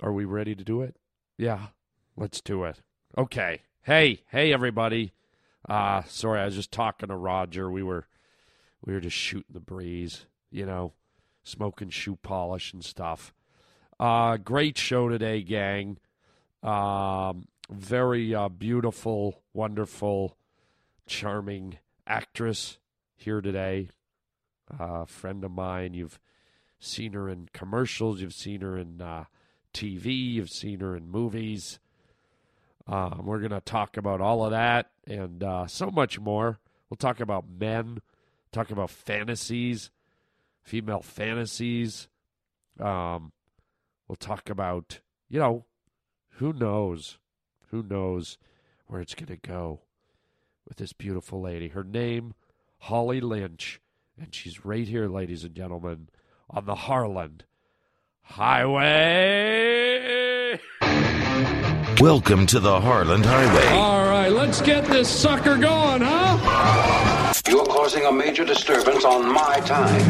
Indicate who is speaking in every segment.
Speaker 1: Are we ready to do it? Yeah, let's do it. Okay. Hey, hey, everybody. Uh, sorry, I was just talking to Roger. We were, we were just shooting the breeze, you know, smoking shoe polish and stuff. Uh, great show today, gang. Um, very uh, beautiful, wonderful, charming actress here today. Uh, friend of mine. You've seen her in commercials. You've seen her in uh, TV. You've seen her in movies. Um, we're going to talk about all of that and uh, so much more. We'll talk about men, talk about fantasies, female fantasies. Um, we'll talk about, you know, who knows? Who knows where it's going to go with this beautiful lady? Her name, Holly Lynch. And she's right here, ladies and gentlemen, on the Harland Highway.
Speaker 2: Welcome to the Harland Highway.
Speaker 1: All right, let's get this sucker going, huh?
Speaker 3: You're causing a major disturbance on my time.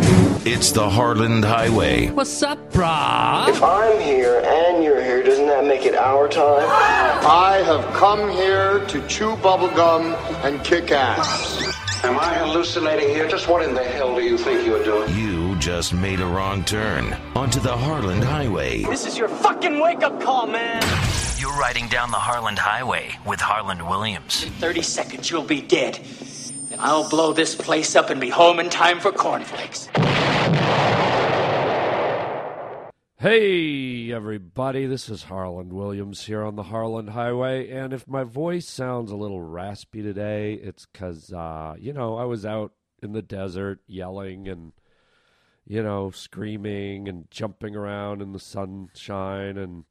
Speaker 2: It's the Harland Highway.
Speaker 1: What's up, brah?
Speaker 4: If I'm here and you're here, doesn't that make it our time?
Speaker 5: I have come here to chew bubblegum and kick ass.
Speaker 3: Am I hallucinating here? Just what in the hell do you think you're doing?
Speaker 2: You just made a wrong turn onto the Harland Highway.
Speaker 6: This is your fucking wake up call, man.
Speaker 7: You're riding down the Harland Highway with Harland Williams.
Speaker 6: In 30 seconds, you'll be dead. And I'll blow this place up and be home in time for cornflakes.
Speaker 1: Hey, everybody, this is Harland Williams here on the Harland Highway. And if my voice sounds a little raspy today, it's because, uh, you know, I was out in the desert yelling and, you know, screaming and jumping around in the sunshine. And,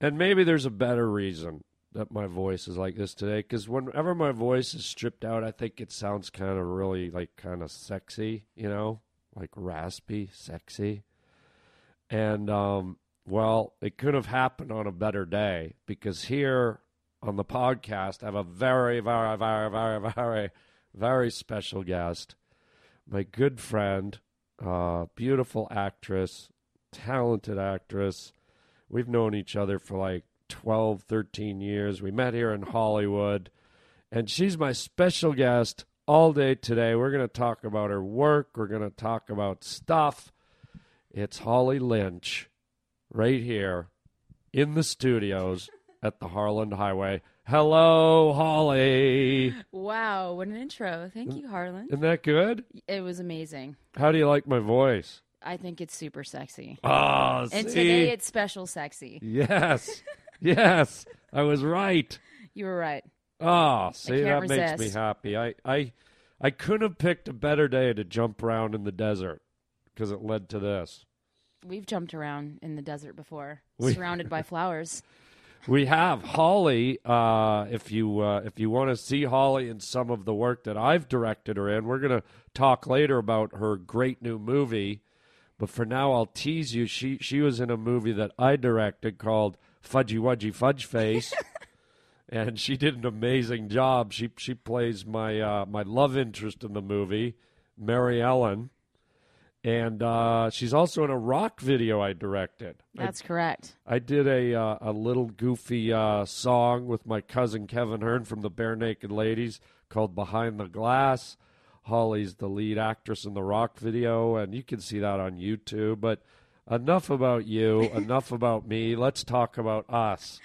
Speaker 1: and maybe there's a better reason that my voice is like this today because whenever my voice is stripped out, I think it sounds kind of really like kind of sexy, you know, like raspy, sexy. And um, well, it could have happened on a better day because here on the podcast, I have a very, very, very, very, very, very special guest, my good friend, uh, beautiful actress, talented actress. We've known each other for like 12, 13 years. We met here in Hollywood, and she's my special guest all day today. We're going to talk about her work, we're going to talk about stuff. It's Holly Lynch right here in the studios at the Harland Highway. Hello, Holly.
Speaker 8: Wow, what an intro. Thank
Speaker 1: Mm,
Speaker 8: you, Harlan.
Speaker 1: Isn't that good?
Speaker 8: It was amazing.
Speaker 1: How do you like my voice?
Speaker 8: I think it's super sexy.
Speaker 1: Oh,
Speaker 8: And
Speaker 1: see?
Speaker 8: today it's special sexy.
Speaker 1: yes. yes. I was right.
Speaker 8: You were right.
Speaker 1: Oh, see, that
Speaker 8: can't
Speaker 1: makes me
Speaker 8: resist.
Speaker 1: happy. I, I, I couldn't have picked a better day to jump around in the desert because it led to this.
Speaker 8: We've jumped around in the desert before,
Speaker 1: We-
Speaker 8: surrounded by flowers.
Speaker 1: We have Holly. Uh, if you uh, if you want to see Holly in some of the work that I've directed her in, we're gonna talk later about her great new movie. But for now, I'll tease you. She she was in a movie that I directed called Fudgy Wudgy Fudge Face, and she did an amazing job. She she plays my uh, my love interest in the movie, Mary Ellen, and uh, she's also in a rock video I directed. I
Speaker 8: That's correct.
Speaker 1: I did a uh, a little goofy uh, song with my cousin Kevin Hearn from the Bare Naked Ladies called "Behind the Glass." Holly's the lead actress in the rock video, and you can see that on YouTube. But enough about you, enough about me. Let's talk about us.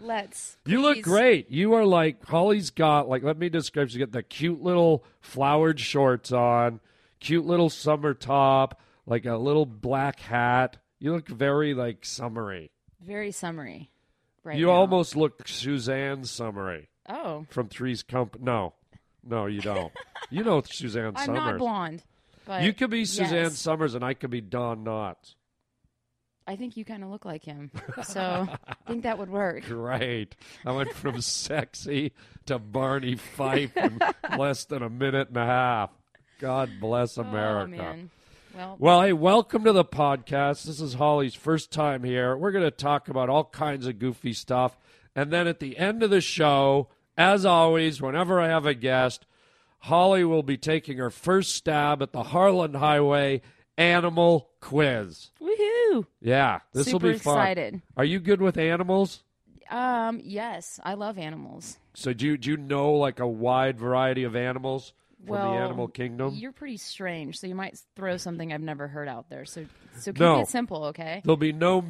Speaker 8: Let's.
Speaker 1: You look
Speaker 8: please-
Speaker 1: great. You are like Holly's got like. Let me describe. She's got the cute little flowered shorts on, cute little summer top, like a little black hat. You look very like summery.
Speaker 8: Very summary. Right.
Speaker 1: you
Speaker 8: now.
Speaker 1: almost look Suzanne Summary
Speaker 8: Oh,
Speaker 1: from Three's Company. No, no, you don't. you know Suzanne
Speaker 8: I'm
Speaker 1: Summers.
Speaker 8: not blonde. But
Speaker 1: you could be Suzanne
Speaker 8: yes.
Speaker 1: Summers, and I could be Don Knotts.
Speaker 8: I think you kind of look like him, so I think that would work.
Speaker 1: Great. I went from sexy to Barney Fife in less than a minute and a half. God bless America.
Speaker 8: Oh man. Well,
Speaker 1: Well, hey, welcome to the podcast. This is Holly's first time here. We're going to talk about all kinds of goofy stuff. And then at the end of the show, as always, whenever I have a guest, Holly will be taking her first stab at the Harlan Highway animal quiz.
Speaker 8: woohoo! Woohoo!
Speaker 1: Yeah, this will
Speaker 8: Super
Speaker 1: be fun.
Speaker 8: excited.
Speaker 1: Are you good with animals?
Speaker 8: Um, yes, I love animals.
Speaker 1: So do you, do you know like a wide variety of animals from
Speaker 8: well,
Speaker 1: the animal kingdom?
Speaker 8: You're pretty strange, so you might throw something I've never heard out there. So, so keep
Speaker 1: No.
Speaker 8: it simple, okay?
Speaker 1: There'll be no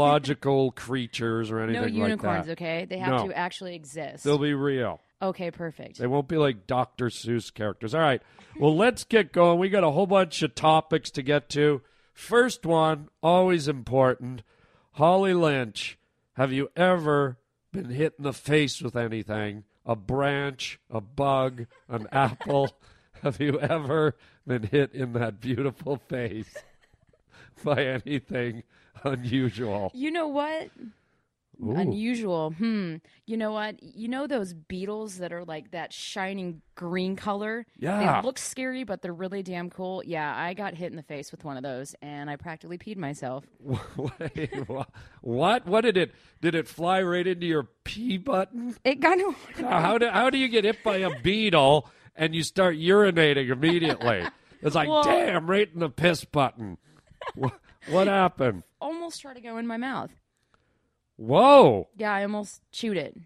Speaker 1: mythological creatures or anything
Speaker 8: No
Speaker 1: like
Speaker 8: unicorns,
Speaker 1: that.
Speaker 8: okay? They have
Speaker 1: No.
Speaker 8: to actually exist.
Speaker 1: They'll be real.
Speaker 8: okay, perfect.
Speaker 1: They won't be like Dr. Seuss characters. All right. Well, let's get going. We got a whole bunch of topics to get to. First one, always important. Holly Lynch, have you ever been hit in the face with anything? A branch, a bug, an apple? Have you ever been hit in that beautiful face by anything unusual?
Speaker 8: You know what? Unusual. Hmm. You know what? You know those beetles that are like that shining green color?
Speaker 1: Yeah.
Speaker 8: They look scary, but they're really damn cool. Yeah, I got hit in the face with one of those and I practically peed myself.
Speaker 1: Wait, wha- what? What did it? Did it fly right into your pee button?
Speaker 8: It got no
Speaker 1: Now, how do how do you get hit by a beetle and you start urinating immediately? It's like,
Speaker 8: Well-
Speaker 1: damn, right in the piss button. What, what happened?
Speaker 8: almost tried to go in my mouth.
Speaker 1: Whoa!
Speaker 8: Yeah, I almost chewed it.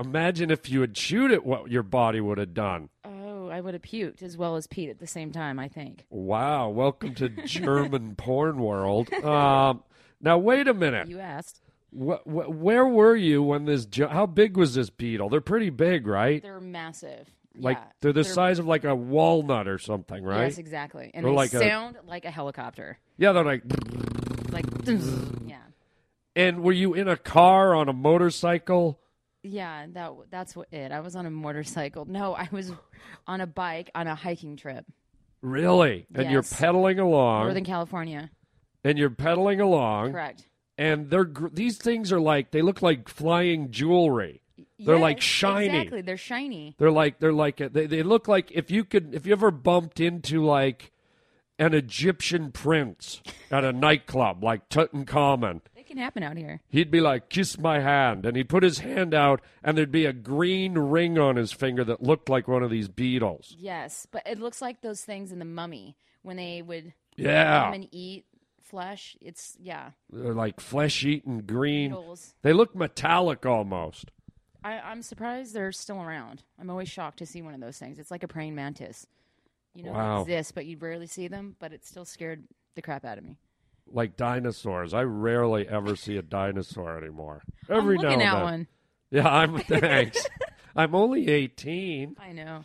Speaker 1: Imagine if you had chewed it, what your body would have done.
Speaker 8: Oh, I would have puked as well as peed at the same time, I think.
Speaker 1: Wow! Welcome to German porn world. Um, now wait a minute.
Speaker 8: You asked.
Speaker 1: Wh- wh- where were you when this? Jo- how big was this beetle? They're pretty big, right?
Speaker 8: They're massive.
Speaker 1: like
Speaker 8: Yeah,
Speaker 1: they're the size of like a walnut or something, right?
Speaker 8: Yes, exactly. And
Speaker 1: They're
Speaker 8: they
Speaker 1: like a-
Speaker 8: sound like a helicopter.
Speaker 1: Yeah, they're like.
Speaker 8: Like yeah.
Speaker 1: And were you in a car on a motorcycle?
Speaker 8: Yeah, that w- that's what it. I was on a motorcycle. No, I was on a bike on a hiking trip,
Speaker 1: Really? And you're
Speaker 8: Yes.
Speaker 1: pedaling along,
Speaker 8: Northern California.
Speaker 1: and you're pedaling along,
Speaker 8: Correct.
Speaker 1: and they're gr- these things are like they look like flying jewelry. They're like
Speaker 8: Yes,
Speaker 1: shiny.
Speaker 8: Exactly, they're shiny.
Speaker 1: They're like they're like they they look like if you could if you ever bumped into like an Egyptian prince at a nightclub like Tutankhamun.
Speaker 8: It can happen out here.
Speaker 1: he'd be like, kiss my hand. And he'd put his hand out, and there'd be a green ring on his finger that looked like one of these beetles.
Speaker 8: Yes, but it looks like those things in the Mummy when they would
Speaker 1: Yeah.
Speaker 8: come and eat flesh. It's yeah,
Speaker 1: They're like flesh eating green.
Speaker 8: beetles.
Speaker 1: They look metallic almost.
Speaker 8: I, I'm surprised they're still around. I'm always shocked to see one of those things. It's like a praying mantis. You know,
Speaker 1: Wow.
Speaker 8: they exist, but you rarely see them. But it still scared the crap out of me.
Speaker 1: Like dinosaurs. I rarely ever see a dinosaur anymore. Every now
Speaker 8: I'm looking
Speaker 1: and
Speaker 8: at
Speaker 1: then.
Speaker 8: one.
Speaker 1: Yeah, I'm thanks. I'm only 18.
Speaker 8: I know.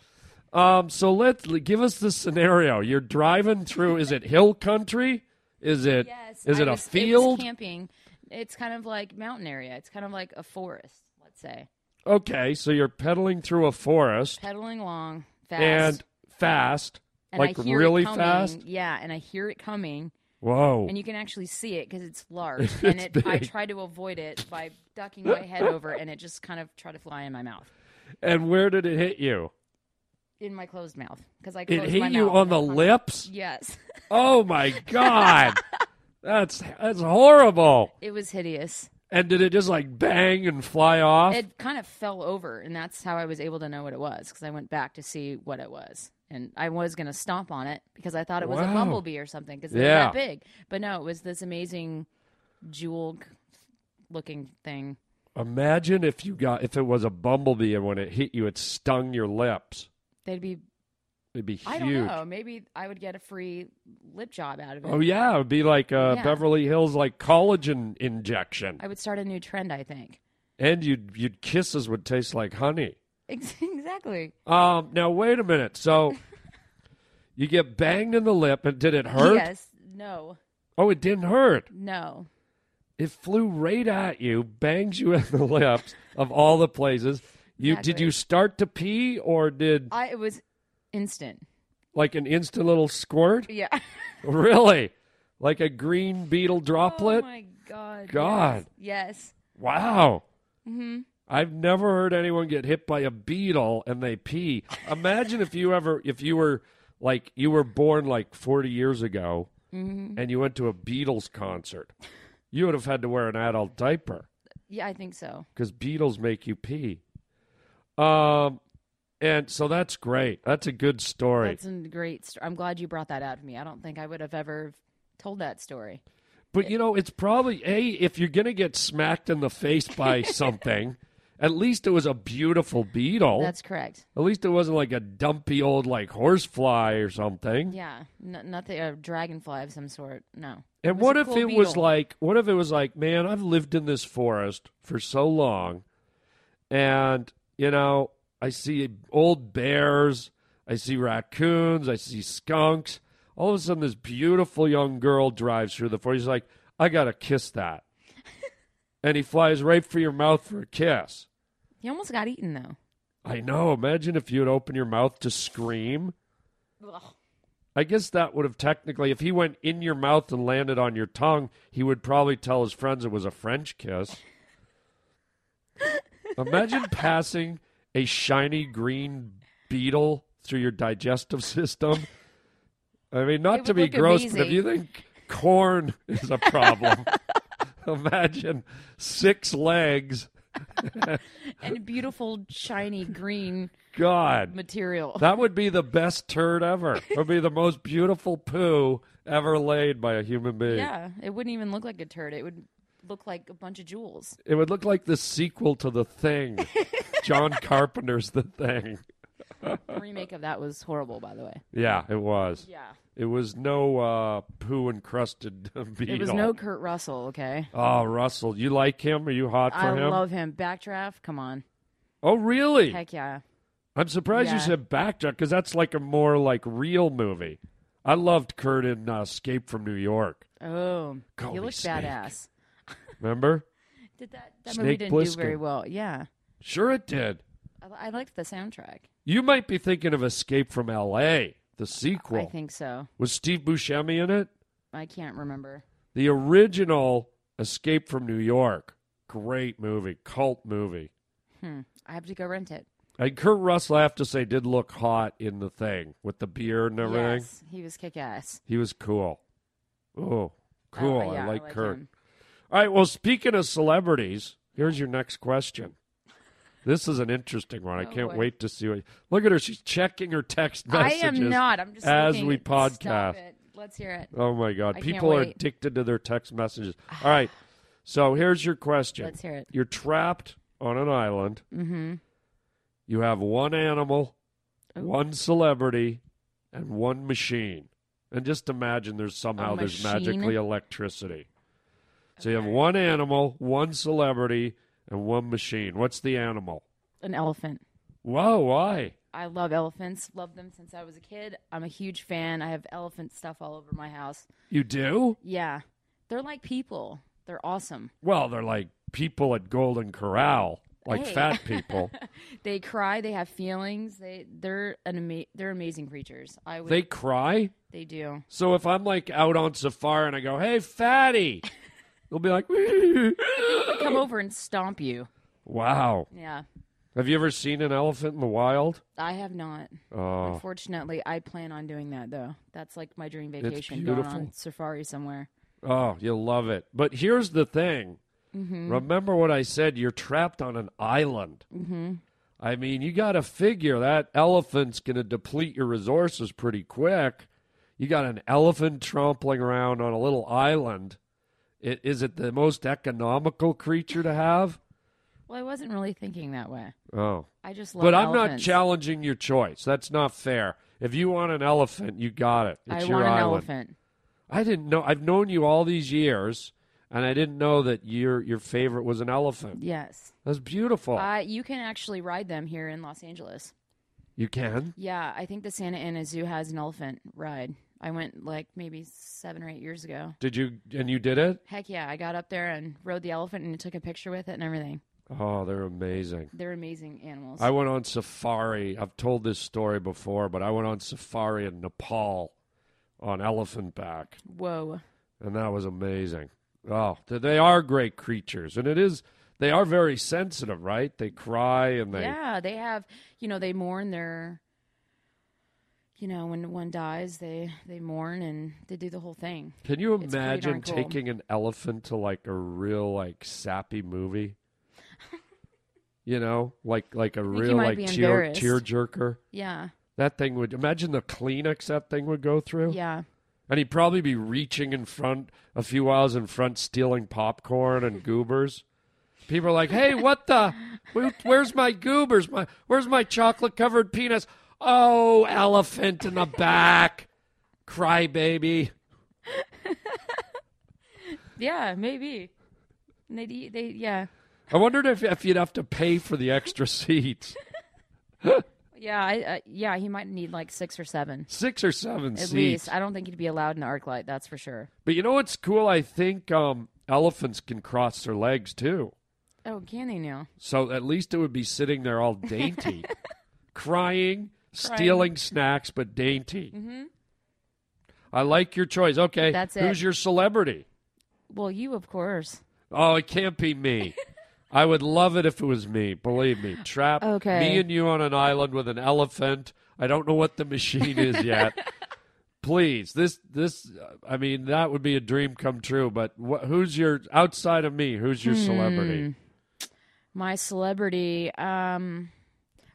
Speaker 1: Um, so let's l- give us the scenario. You're driving through. Is it hill country? Is it? Is
Speaker 8: Yes. I
Speaker 1: it
Speaker 8: was-
Speaker 1: a
Speaker 8: was
Speaker 1: field?
Speaker 8: camping. It's kind of like mountain area. It's kind of like a forest, let's say.
Speaker 1: Okay, so you're pedaling through a forest
Speaker 8: Pedaling along fast.
Speaker 1: and fast,
Speaker 8: and I
Speaker 1: like
Speaker 8: hear it
Speaker 1: really
Speaker 8: coming.
Speaker 1: fast.
Speaker 8: Yeah, and I hear it coming,
Speaker 1: Whoa!
Speaker 8: and you can actually see it because it's large. and it, I
Speaker 1: big.
Speaker 8: try to avoid it by ducking my head over, and it just kind of try to fly in my mouth,
Speaker 1: and where did it hit you?
Speaker 8: in my closed mouth, because I
Speaker 1: It
Speaker 8: closed my
Speaker 1: hit you
Speaker 8: mouth
Speaker 1: on the
Speaker 8: and I-
Speaker 1: lips.
Speaker 8: Yes,
Speaker 1: Oh my god, that's that's horrible.
Speaker 8: it was hideous.
Speaker 1: And did it just like bang and fly off?
Speaker 8: It kind of fell over, and that's how I was able to know what it was because I went back to see what it was, and I was going to stomp on it because I thought it was
Speaker 1: Wow.
Speaker 8: a bumblebee or something because they're
Speaker 1: Yeah.
Speaker 8: that big. But no, it was this amazing jewel-looking thing.
Speaker 1: Imagine if you got if it was a bumblebee and when it hit you, it stung your lips.
Speaker 8: They'd be
Speaker 1: It'd be huge.
Speaker 8: I don't know. Maybe I would get a free lip job out of it.
Speaker 1: Oh yeah, it'd be like uh,
Speaker 8: Yeah.
Speaker 1: Beverly Hills like collagen injection,
Speaker 8: I would start a new trend. I think.
Speaker 1: and you'd you'd kisses would taste like honey.
Speaker 8: Ex- Exactly.
Speaker 1: Um, now wait a minute. So you get banged in the lip, and did it hurt?
Speaker 8: Yes. No.
Speaker 1: Oh, it didn't hurt.
Speaker 8: No.
Speaker 1: It flew right at you, bangs you in the lips of all the places. You did
Speaker 8: Exactly.
Speaker 1: you start to pee, or did
Speaker 8: I. It was instant.
Speaker 1: like an instant little squirt?
Speaker 8: Yeah.
Speaker 1: really, like a green beetle droplet?
Speaker 8: Oh my god.
Speaker 1: God.
Speaker 8: Yes.
Speaker 1: Wow.
Speaker 8: Mm-hmm.
Speaker 1: I've never heard anyone get hit by a beetle and they pee. Imagine if you ever, if you were like, you were born like 40 years ago
Speaker 8: Mm-hmm.
Speaker 1: and you went to a Beatles concert. You would have had to wear an adult diaper
Speaker 8: Yeah, I think so.
Speaker 1: because beetles make you pee. Um, and so that's great. That's a good story.
Speaker 8: That's a great. St- I'm glad you brought that out of me. I don't think I would have ever told that story.
Speaker 1: But you know, it's probably a if you're gonna get smacked in the face by something, at least it was a beautiful beetle.
Speaker 8: That's correct.
Speaker 1: at least it wasn't like a dumpy old like horsefly or something.
Speaker 8: Yeah, N- nothing. A dragonfly of some sort. No.
Speaker 1: And
Speaker 8: It was
Speaker 1: what
Speaker 8: a
Speaker 1: if
Speaker 8: cool
Speaker 1: it was
Speaker 8: beetle.
Speaker 1: like, what if it was like, man, I've lived in this forest for so long, and you know, I see old bears, I see raccoons, I see skunks. All of a sudden, this beautiful young girl drives through the forest. He's like, I gotta kiss that, and he flies right for your mouth for a kiss.
Speaker 8: He almost got eaten though.
Speaker 1: I know. Imagine if you would open your mouth to scream. I guess that would have technically, if he went in your mouth and landed on your tongue, he would probably tell his friends it was a French kiss. Imagine passing a shiny green beetle through your digestive system. I mean,
Speaker 8: It
Speaker 1: not to
Speaker 8: would
Speaker 1: be
Speaker 8: look
Speaker 1: gross, but if
Speaker 8: amazing.
Speaker 1: you think corn is a problem, imagine six legs.
Speaker 8: And a beautiful shiny green
Speaker 1: God.
Speaker 8: material.
Speaker 1: That would be the best turd ever. It would be the most beautiful poo ever laid by a human being.
Speaker 8: yeah, it wouldn't even look like a turd. It would look like a bunch of jewels.
Speaker 1: It would look like the sequel to The Thing. John Carpenter's The Thing.
Speaker 8: The remake of that was horrible, by the way.
Speaker 1: Yeah, it was.
Speaker 8: Yeah.
Speaker 1: It was no uh, poo encrusted beetle.
Speaker 8: It was no Kurt Russell, okay?
Speaker 1: Oh, Russell, you like him? Are you hot for
Speaker 8: I
Speaker 1: him?
Speaker 8: love him. Backdraft, come on.
Speaker 1: oh, really?
Speaker 8: Heck yeah.
Speaker 1: I'm surprised you
Speaker 8: Yeah.
Speaker 1: said Backdraft because that's like a more like real movie. I loved Kurt in uh, Escape from New York.
Speaker 8: Oh,
Speaker 1: Golly
Speaker 8: he looks
Speaker 1: snake.
Speaker 8: badass.
Speaker 1: Remember?
Speaker 8: Did that that
Speaker 1: Snake
Speaker 8: movie didn't do very
Speaker 1: Plissken.
Speaker 8: well. Yeah.
Speaker 1: Sure, it did.
Speaker 8: I, I liked the soundtrack.
Speaker 1: You might be thinking of Escape from L.A., the sequel.
Speaker 8: I think so.
Speaker 1: Was Steve Buscemi in it?
Speaker 8: I can't remember.
Speaker 1: The original Escape from New York. Great movie, cult movie.
Speaker 8: Hmm. I have to go rent it.
Speaker 1: And Kurt Russell, I have to say, did look hot in the thing with the beard and everything.
Speaker 8: Yes, he was kick ass.
Speaker 1: He was cool. Oh, cool.
Speaker 8: yeah,
Speaker 1: I like, Kurt.
Speaker 8: him.
Speaker 1: All right. Well, speaking of celebrities, here's your next question. This is an interesting one. I
Speaker 8: Oh,
Speaker 1: can't
Speaker 8: boy.
Speaker 1: wait to see what. Look at her. She's checking her text
Speaker 8: I
Speaker 1: messages.
Speaker 8: am not. I'm just
Speaker 1: as
Speaker 8: looking.
Speaker 1: we
Speaker 8: Stop
Speaker 1: podcast.
Speaker 8: it. Let's hear it.
Speaker 1: Oh my God.
Speaker 8: I can't
Speaker 1: People are
Speaker 8: wait.
Speaker 1: addicted to their text messages. All right. So here's your question.
Speaker 8: Let's hear it.
Speaker 1: You're trapped on an island.
Speaker 8: Mm-hmm.
Speaker 1: You have one animal,
Speaker 8: Ooh.
Speaker 1: one celebrity, and one machine. And just imagine there's somehow there's
Speaker 8: machine?
Speaker 1: magically electricity. So you have one animal, one celebrity, and one machine. What's the animal?
Speaker 8: An elephant.
Speaker 1: Whoa, why?
Speaker 8: I love elephants. Love them since I was a kid. I'm a huge fan. I have elephant stuff all over my house.
Speaker 1: You do?
Speaker 8: Yeah. They're like people. They're awesome.
Speaker 1: Well, they're like people at Golden Corral, like
Speaker 8: Hey.
Speaker 1: fat people.
Speaker 8: They cry, they have feelings. They they're an ama- they're amazing creatures. I would
Speaker 1: they cry?
Speaker 8: they do.
Speaker 1: So if I'm like out on safari and I go, "Hey, fatty," they'll be like,
Speaker 8: They come over and stomp you.
Speaker 1: "Wow,
Speaker 8: Yeah.
Speaker 1: have you ever seen an elephant in the wild?"
Speaker 8: I have not.
Speaker 1: Oh,
Speaker 8: Unfortunately, I plan on doing that though. That's like my dream
Speaker 1: It's
Speaker 8: vacation. Going
Speaker 1: beautiful.
Speaker 8: on safari somewhere.
Speaker 1: oh, you'll love it. But here's the thing: remember what I said? You're trapped on an island. Mm-hmm. I mean, you got to figure that elephant's going to deplete your resources pretty quick. You got an elephant trampling around on a little island. It, is it the most economical creature to have?
Speaker 8: Well, I wasn't really thinking that way.
Speaker 1: Oh.
Speaker 8: I just love
Speaker 1: But I'm not
Speaker 8: elephants.
Speaker 1: challenging your choice. That's not fair. If you want an elephant, you got it. It's
Speaker 8: I
Speaker 1: your
Speaker 8: want an
Speaker 1: island.
Speaker 8: elephant.
Speaker 1: I didn't know. I've known you all these years, and I didn't know that your your favorite was an elephant.
Speaker 8: Yes.
Speaker 1: That's beautiful.
Speaker 8: Uh, you can actually ride them here in Los Angeles.
Speaker 1: you can.
Speaker 8: Yeah, I think the Santa Ana Zoo has an elephant ride. I went like maybe seven or eight years ago.
Speaker 1: Did you? And you did it.
Speaker 8: Heck yeah, I got up there and rode the elephant and took a picture with it and everything.
Speaker 1: Oh, they're amazing.
Speaker 8: They're amazing animals.
Speaker 1: I went on safari. I've told this story before, but I went on safari in Nepal on elephant back.
Speaker 8: Whoa.
Speaker 1: and that was amazing. Oh, th- they are great creatures, and it is they are very sensitive, right? They cry and they
Speaker 8: Yeah, they have, you know, they mourn their, you know, when one dies, they they mourn and they do the whole thing.
Speaker 1: Can you
Speaker 8: It's pretty darn
Speaker 1: imagine
Speaker 8: cool.
Speaker 1: taking an elephant to like a real like sappy movie? you know, like like a
Speaker 8: think you
Speaker 1: real
Speaker 8: might
Speaker 1: like
Speaker 8: be
Speaker 1: tear
Speaker 8: embarrassed.
Speaker 1: tear jerker.
Speaker 8: Yeah,
Speaker 1: That thing would imagine the Kleenex that thing would go through.
Speaker 8: yeah.
Speaker 1: And he'd probably be reaching in front, a few aisles in front, stealing popcorn and goobers. People are like, "Hey, what the? Where- Where's my goobers? My where's my chocolate covered penis? Oh, elephant in the back, cry baby."
Speaker 8: Yeah, maybe. And they'd eat, they, yeah.
Speaker 1: I wondered if if you'd have to pay for the extra seats,
Speaker 8: Yeah, I, uh, yeah, he might need like six or seven.
Speaker 1: six or seven
Speaker 8: At
Speaker 1: seats.
Speaker 8: least. I don't think he'd be allowed in Arclight, that's for sure.
Speaker 1: But you know what's cool? I think um, elephants can cross their legs too.
Speaker 8: Oh, can they now?
Speaker 1: So at least it would be sitting there all dainty, crying, stealing snacks, but dainty. Mm-hmm. I like your choice. Okay,
Speaker 8: That's
Speaker 1: who's
Speaker 8: it.
Speaker 1: your celebrity?
Speaker 8: Well, you, of course.
Speaker 1: Oh, it can't be me. I would love it if it was me. Believe me. Trap
Speaker 8: Okay.
Speaker 1: me and you on an island with an elephant. I don't know what the machine is yet. Please, this this. uh, I mean, that would be a dream come true. But wh- who's your outside of me? Who's
Speaker 8: Hmm.
Speaker 1: your celebrity?
Speaker 8: My celebrity, um,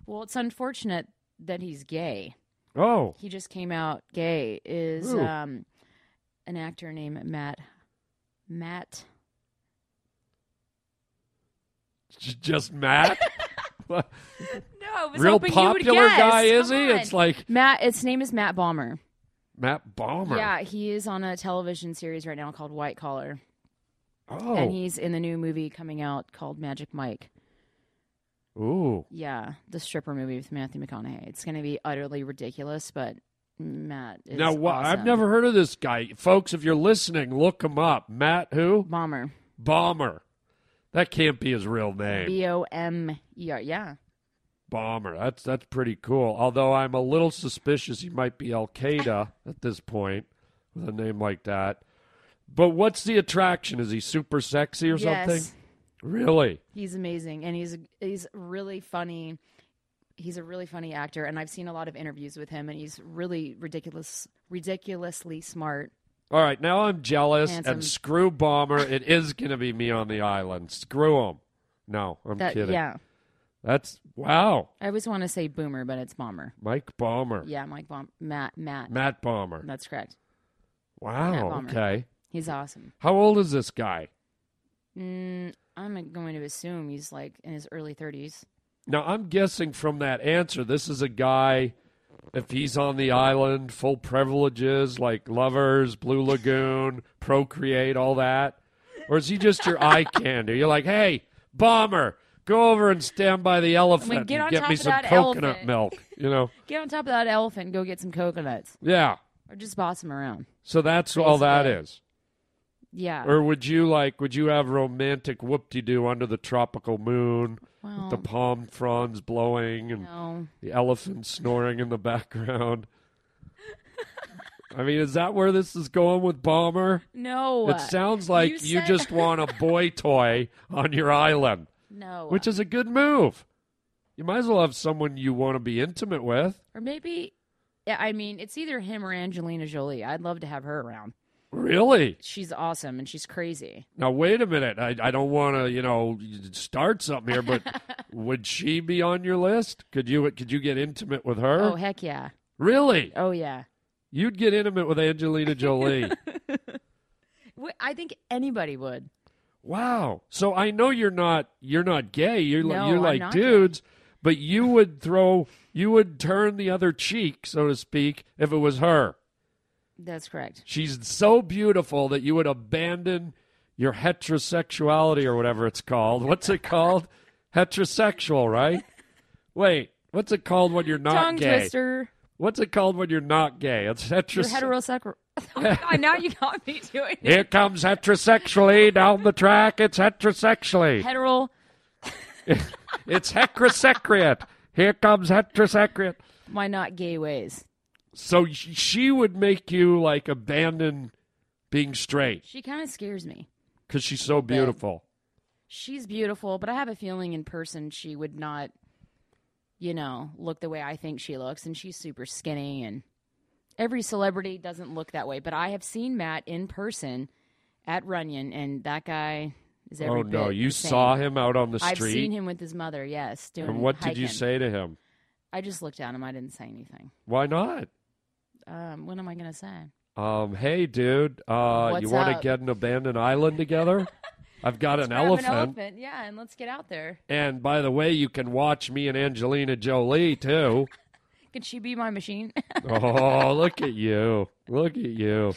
Speaker 8: well, it's unfortunate that he's gay.
Speaker 1: Oh,
Speaker 8: He just came out gay, is
Speaker 1: Ooh.
Speaker 8: um, an actor named Matt. Matt.
Speaker 1: j- just Matt.
Speaker 8: No, it
Speaker 1: Real popular guy is he? It's like
Speaker 8: Matt, its name is Matt Bomber.
Speaker 1: Matt Bomber.
Speaker 8: Yeah, he is on a television series right now called White Collar,
Speaker 1: Oh.
Speaker 8: and he's in the new movie coming out called Magic Mike.
Speaker 1: Ooh.
Speaker 8: Yeah, the stripper movie with Matthew McConaughey. It's going to be utterly ridiculous, but Matt is
Speaker 1: Now, wha- I've
Speaker 8: awesome.
Speaker 1: never heard of this guy, folks. If you're listening, look him up. Matt who?
Speaker 8: Bomber.
Speaker 1: Bomber. That can't be his real name.
Speaker 8: B O M E R. Yeah.
Speaker 1: Bomber. That's that's pretty cool. Although I'm a little suspicious he might be Al Qaeda at this point with a name like that. But what's the attraction? Is he super sexy or
Speaker 8: Yes.
Speaker 1: something? Really?
Speaker 8: He's amazing, and he's he's really funny. He's a really funny actor, and I've seen a lot of interviews with him, and he's really ridiculous, ridiculously smart.
Speaker 1: All right, now I'm jealous
Speaker 8: Handsome.
Speaker 1: and screw Bomber. It is going to be me on the island. Screw him. No, I'm
Speaker 8: That
Speaker 1: kidding.
Speaker 8: yeah,
Speaker 1: That's wow.
Speaker 8: I always want to say Boomer, but it's Bomber.
Speaker 1: Mike Bomber.
Speaker 8: Yeah, Mike Bom- Matt, Matt.
Speaker 1: Matt Bomber.
Speaker 8: That's correct. Matt
Speaker 1: wow.
Speaker 8: Bomber.
Speaker 1: Okay.
Speaker 8: He's awesome.
Speaker 1: How old is this guy?
Speaker 8: Mm, I'm going to assume he's like in his early 30s.
Speaker 1: Now, I'm guessing from that answer, this is a guy, if he's on the island, full privileges like lovers, Blue Lagoon, procreate, all that. Or is he just your eye candy? You're like, hey, bomber, go over and stand by the elephant
Speaker 8: get
Speaker 1: and
Speaker 8: on
Speaker 1: get
Speaker 8: top
Speaker 1: me
Speaker 8: of
Speaker 1: some
Speaker 8: that
Speaker 1: coconut
Speaker 8: elephant."
Speaker 1: milk. You know?
Speaker 8: Get on top of that elephant and go get some coconuts
Speaker 1: Yeah.
Speaker 8: or just boss him around.
Speaker 1: So that's all that
Speaker 8: Basically.
Speaker 1: is.
Speaker 8: Yeah.
Speaker 1: Or would you like, would you have romantic whoop de doo under the tropical moon
Speaker 8: well,
Speaker 1: with the palm fronds blowing and.
Speaker 8: no.
Speaker 1: the elephant snoring in the background. I mean, is that where this is going with Bomber?
Speaker 8: No.
Speaker 1: It sounds like you,
Speaker 8: said-
Speaker 1: just want a boy toy on your island,
Speaker 8: No.
Speaker 1: which is a good move. You might as well have someone you want to be intimate with.
Speaker 8: or maybe, yeah, I mean, it's either him or Angelina Jolie. I'd love to have her around.
Speaker 1: Really?
Speaker 8: She's awesome and she's crazy.
Speaker 1: Now, wait a minute. I, I don't want to, you know, start something here, but would she be on your list? Could you could you get intimate with her?
Speaker 8: Oh, heck yeah.
Speaker 1: really?
Speaker 8: Oh, yeah.
Speaker 1: You'd get intimate with Angelina Jolie.
Speaker 8: Wh- I think anybody would.
Speaker 1: Wow. So I know you're not you're not gay. You're li-
Speaker 8: No,
Speaker 1: you're
Speaker 8: I'm
Speaker 1: like
Speaker 8: not gay.
Speaker 1: dudes, but you would throw you would turn the other cheek, so to speak, if it was her.
Speaker 8: That's correct.
Speaker 1: She's so beautiful that you would abandon your heterosexuality or whatever it's called. What's it called? Heterosexual, right? Wait, what's it called when you're not
Speaker 8: Tongue
Speaker 1: gay?
Speaker 8: twister.
Speaker 1: What's it called when you're not gay? It's
Speaker 8: You're
Speaker 1: heterosexual.
Speaker 8: heterosexual. oh, my God, now you got me doing it.
Speaker 1: Here comes heterosexually down the track. It's heterosexually.
Speaker 8: Heteral.
Speaker 1: It's heterosecret. Here comes heterosecret.
Speaker 8: Why not gay ways?
Speaker 1: So sh- she would make you like abandon being straight
Speaker 8: She kind of scares me.
Speaker 1: because she's so beautiful.
Speaker 8: She's beautiful, but I have a feeling in person she would not, you know, look the way I think she looks. And she's super skinny, and every celebrity doesn't look that way. But I have seen Matt in person at Runyon, and that guy is every
Speaker 1: Oh no,
Speaker 8: bit
Speaker 1: you
Speaker 8: the same.
Speaker 1: saw him out on the
Speaker 8: I've
Speaker 1: street.
Speaker 8: seen him with his mother. Yes, doing.
Speaker 1: and what did you
Speaker 8: hiking.
Speaker 1: say to him?
Speaker 8: I just looked at him. I didn't say anything.
Speaker 1: Why not?
Speaker 8: Um, what am I going to say?
Speaker 1: Um, hey, dude, uh,
Speaker 8: What's
Speaker 1: you want to
Speaker 8: up?
Speaker 1: get an abandoned island together? I've got an
Speaker 8: Grab
Speaker 1: elephant.
Speaker 8: An elephant. Yeah, and let's get out there.
Speaker 1: And by the way, you can watch me and Angelina Jolie, too.
Speaker 8: Could she be my machine?
Speaker 1: oh, look at you. Look at you.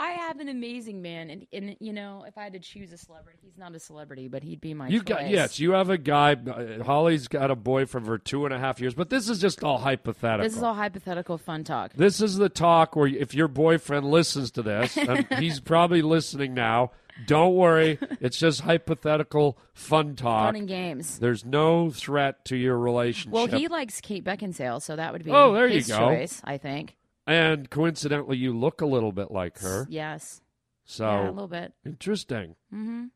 Speaker 8: I have an amazing man, and, and you know, if I had to choose a celebrity, he's not a celebrity, but he'd be my
Speaker 1: You
Speaker 8: choice.
Speaker 1: got yes. You have a guy. uh, Holly's got a boyfriend for two and a half years, but this is just all hypothetical.
Speaker 8: This is all hypothetical fun talk.
Speaker 1: This is the talk where if your boyfriend listens to this, and he's probably listening now. Don't worry, it's just hypothetical fun talk.
Speaker 8: Fun and games.
Speaker 1: There's no threat to your relationship.
Speaker 8: Well, he likes Kate Beckinsale, so that would be
Speaker 1: Oh, there you
Speaker 8: his
Speaker 1: go.
Speaker 8: choice, I think.
Speaker 1: and coincidentally, you look a little bit like her.
Speaker 8: Yes.
Speaker 1: So
Speaker 8: Yeah, a little bit.
Speaker 1: interesting.
Speaker 8: And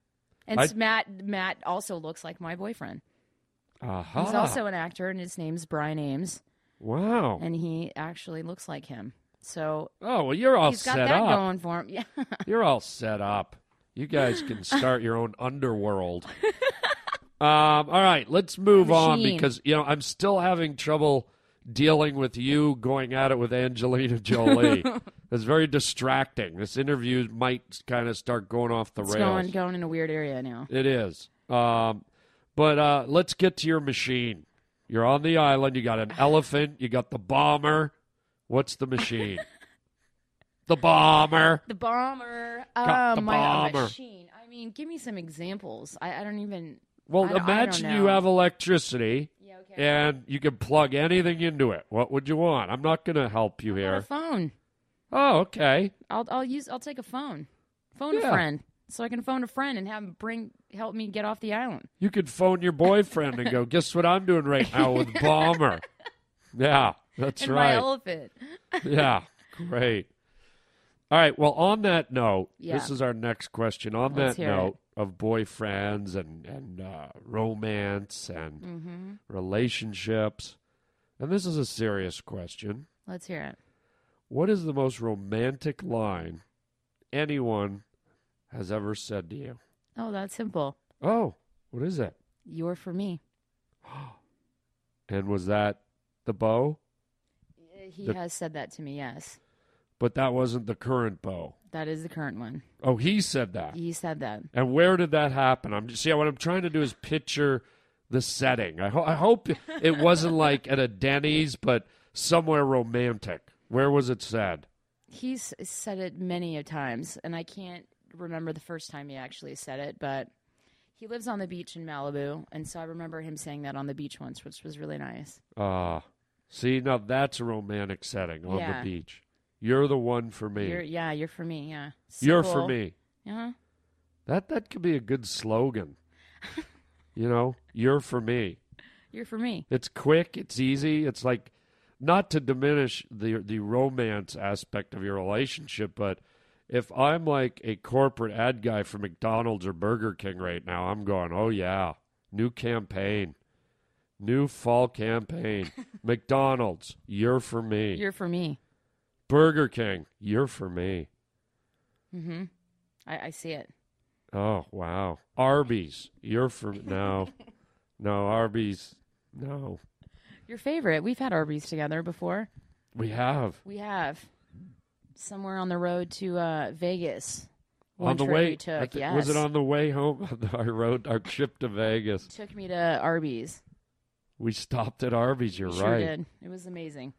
Speaker 1: I-
Speaker 8: s- Matt Matt also looks like my boyfriend.
Speaker 1: Aha!
Speaker 8: He's also an actor, and his name's Brian Ames,
Speaker 1: wow.
Speaker 8: and he actually looks like him. So
Speaker 1: oh well, you're all
Speaker 8: he's got
Speaker 1: set
Speaker 8: that
Speaker 1: up.
Speaker 8: going for him. Yeah.
Speaker 1: You're all set up. You guys can start your own underworld. Um, all right, let's move on
Speaker 8: Machine.
Speaker 1: because you know I'm still having trouble dealing with you going at it with Angelina Jolie. it's very distracting. This interview might kind of start going off the
Speaker 8: It's
Speaker 1: rails.
Speaker 8: going going in a weird area now.
Speaker 1: It is. Um, but uh, let's get to your machine. You're on the island. You got an elephant. You got the bomber. What's the machine? the bomber.
Speaker 8: The bomber.
Speaker 1: Got
Speaker 8: Oh
Speaker 1: the
Speaker 8: my God,
Speaker 1: bomber.
Speaker 8: machine. I mean, give me some examples. I, I don't even. I
Speaker 1: Well,
Speaker 8: don't- I don't
Speaker 1: imagine you
Speaker 8: know.
Speaker 1: have electricity
Speaker 8: Yeah, okay.
Speaker 1: and you can plug anything into it. What would you want? I'm not going to help you
Speaker 8: I want a
Speaker 1: here.
Speaker 8: phone.
Speaker 1: Oh, okay.
Speaker 8: I'll I'll use I'll take a phone. Phone
Speaker 1: Yeah.
Speaker 8: a friend, so I can phone a friend and have him bring help me get off the island.
Speaker 1: You could phone your boyfriend and go, guess what I'm doing right now with Bomber? Yeah, that's
Speaker 8: and my
Speaker 1: right.
Speaker 8: elephant.
Speaker 1: yeah, great. All right. Well, on that note,
Speaker 8: Yeah.
Speaker 1: this is our next question. On
Speaker 8: Let's
Speaker 1: that
Speaker 8: hear it.
Speaker 1: note of boyfriends and and uh, romance and
Speaker 8: Mm-hmm.
Speaker 1: relationships, and this is a serious question.
Speaker 8: Let's hear it.
Speaker 1: What is the most romantic line anyone has ever said to you?
Speaker 8: Oh, that's simple.
Speaker 1: Oh, what is it?
Speaker 8: You're for me.
Speaker 1: And was that the bow?
Speaker 8: He
Speaker 1: The-
Speaker 8: has said that to me. Yes,
Speaker 1: But that wasn't the current bow.
Speaker 8: that is the current one.
Speaker 1: Oh, he said that.
Speaker 8: He said that.
Speaker 1: And where did that happen? I'm just see what I'm trying to do is picture the setting. I, ho- I hope it wasn't like at a Denny's, but somewhere romantic. Where was it said?
Speaker 8: He's said it many a times, and I can't remember the first time he actually said it, but he lives on the beach in Malibu, and so I remember him saying that on the beach once, which was really nice.
Speaker 1: Ah, see, now that's a romantic setting on
Speaker 8: Yeah.
Speaker 1: the beach. You're the one for me.
Speaker 8: You're, yeah, you're for me. Yeah, Uh-huh.
Speaker 1: You're
Speaker 8: Simple.
Speaker 1: for me.
Speaker 8: Yeah,
Speaker 1: That that could be a good slogan. you know, you're for me.
Speaker 8: you're for me.
Speaker 1: It's quick. It's easy. It's like not to diminish the the romance aspect of your relationship, but if I'm like a corporate ad guy for McDonald's or Burger King right now, I'm going, oh yeah, new campaign, new fall campaign. McDonald's, you're for me.
Speaker 8: You're for me.
Speaker 1: Burger King, you're for me.
Speaker 8: Mm-hmm. I, I see it.
Speaker 1: Oh wow, Arby's, you're for no, no Arby's, no.
Speaker 8: Your favorite. We've had Arby's together before.
Speaker 1: We have
Speaker 8: We have somewhere on the road to uh, Vegas. One
Speaker 1: on the
Speaker 8: trip
Speaker 1: way
Speaker 8: we took,
Speaker 1: I thi-
Speaker 8: yes.
Speaker 1: was it on the way home our road our trip to vegas
Speaker 8: Took me to Arby's.
Speaker 1: we stopped at arby's you're
Speaker 8: You sure
Speaker 1: right
Speaker 8: did. It was amazing.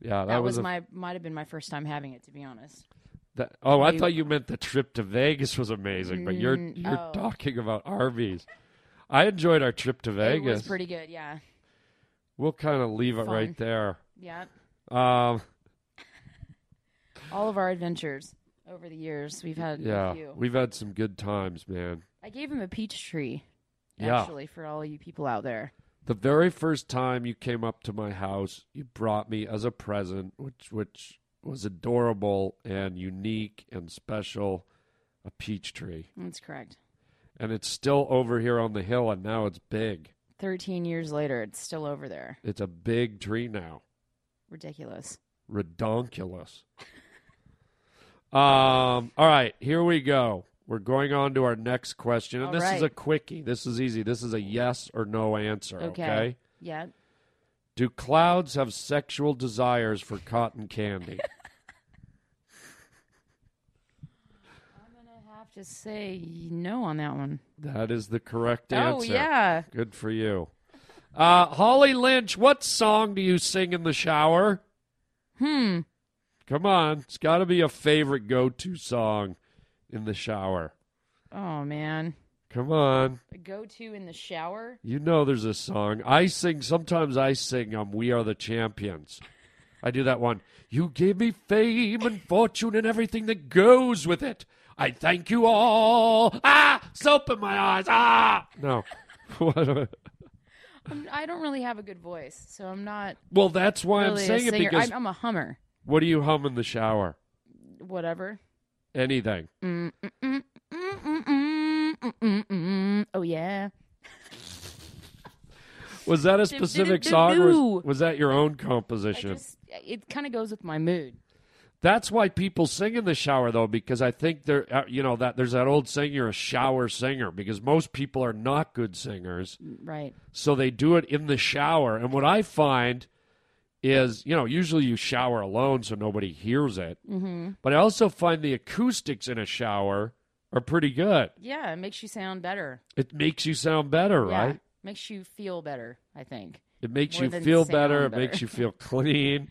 Speaker 1: yeah that,
Speaker 8: That, was,
Speaker 1: a-
Speaker 8: my might have been my first time having it to be honest.
Speaker 1: that- oh i
Speaker 8: we-
Speaker 1: thought you meant the trip to vegas was amazing but you're
Speaker 8: Mm,
Speaker 1: you're
Speaker 8: oh.
Speaker 1: talking about arby's i enjoyed our trip to
Speaker 8: It was
Speaker 1: vegas
Speaker 8: pretty good. Yeah.
Speaker 1: we'll kind of leave it
Speaker 8: Fun.
Speaker 1: right there
Speaker 8: Yeah.
Speaker 1: um
Speaker 8: All of our adventures over the years, we've had
Speaker 1: yeah
Speaker 8: a few.
Speaker 1: we've had some good times man
Speaker 8: I gave him a peach tree.
Speaker 1: Yeah.
Speaker 8: Actually, for all you people out there,
Speaker 1: the very first time you came up to my house, you brought me as a present, which which was adorable and unique and special, a peach tree.
Speaker 8: that's correct.
Speaker 1: And it's still over here on the hill and now it's big.
Speaker 8: Thirteen years later, it's still over there.
Speaker 1: It's a big tree now.
Speaker 8: Ridiculous.
Speaker 1: Redonkulous. um all right, here we go. We're going on to our next question. And
Speaker 8: All
Speaker 1: this is
Speaker 8: right.
Speaker 1: a quickie. This is easy. This is a yes or no answer,
Speaker 8: Okay.
Speaker 1: okay?
Speaker 8: Yeah.
Speaker 1: Do clouds have sexual desires for cotton candy?
Speaker 8: have to say no on that one.
Speaker 1: That is the correct answer.
Speaker 8: Oh yeah.
Speaker 1: Good for you. Uh, Holly Lynch, what song do you sing in the shower?
Speaker 8: Hmm.
Speaker 1: Come on. It's got to be a favorite go to song in the shower.
Speaker 8: Oh man.
Speaker 1: Come on.
Speaker 8: The go-to in the shower.
Speaker 1: You know there's a song. I sing, sometimes I sing um, We Are the Champions. I do that one. You gave me fame and fortune and everything that goes with it. I thank you all. Ah, soap in my eyes. Ah, no. What a-
Speaker 8: I'm, I don't really have a good voice, so I'm not
Speaker 1: well, that's why
Speaker 8: really
Speaker 1: I'm
Speaker 8: a
Speaker 1: saying it
Speaker 8: singer.
Speaker 1: because
Speaker 8: I'm, I'm a hummer.
Speaker 1: what do you hum in the shower?
Speaker 8: Whatever.
Speaker 1: Anything.
Speaker 8: Mm, mm, mm, mm, mm, mm, mm, mm. Oh yeah.
Speaker 1: Was that a
Speaker 8: Doo, doo,
Speaker 1: specific
Speaker 8: doo,
Speaker 1: song or
Speaker 8: doo.
Speaker 1: was, was that your own
Speaker 8: I
Speaker 1: composition?
Speaker 8: just it kind of goes with my mood.
Speaker 1: That's why people sing in the shower, though, because I think there, uh, you know, that there's that old saying you're a shower singer because most people are not good singers,
Speaker 8: Right.
Speaker 1: so they do it in the shower. And what I find is, you know, usually you shower alone so nobody hears it,
Speaker 8: Mm-hmm.
Speaker 1: but I also find the acoustics in a shower are pretty good.
Speaker 8: Yeah, it makes you sound better.
Speaker 1: It makes you sound better,
Speaker 8: Yeah.
Speaker 1: right?
Speaker 8: Makes you feel better. I think.
Speaker 1: It makes
Speaker 8: More
Speaker 1: you
Speaker 8: than
Speaker 1: feel
Speaker 8: sound
Speaker 1: better. It
Speaker 8: better.
Speaker 1: makes you feel clean.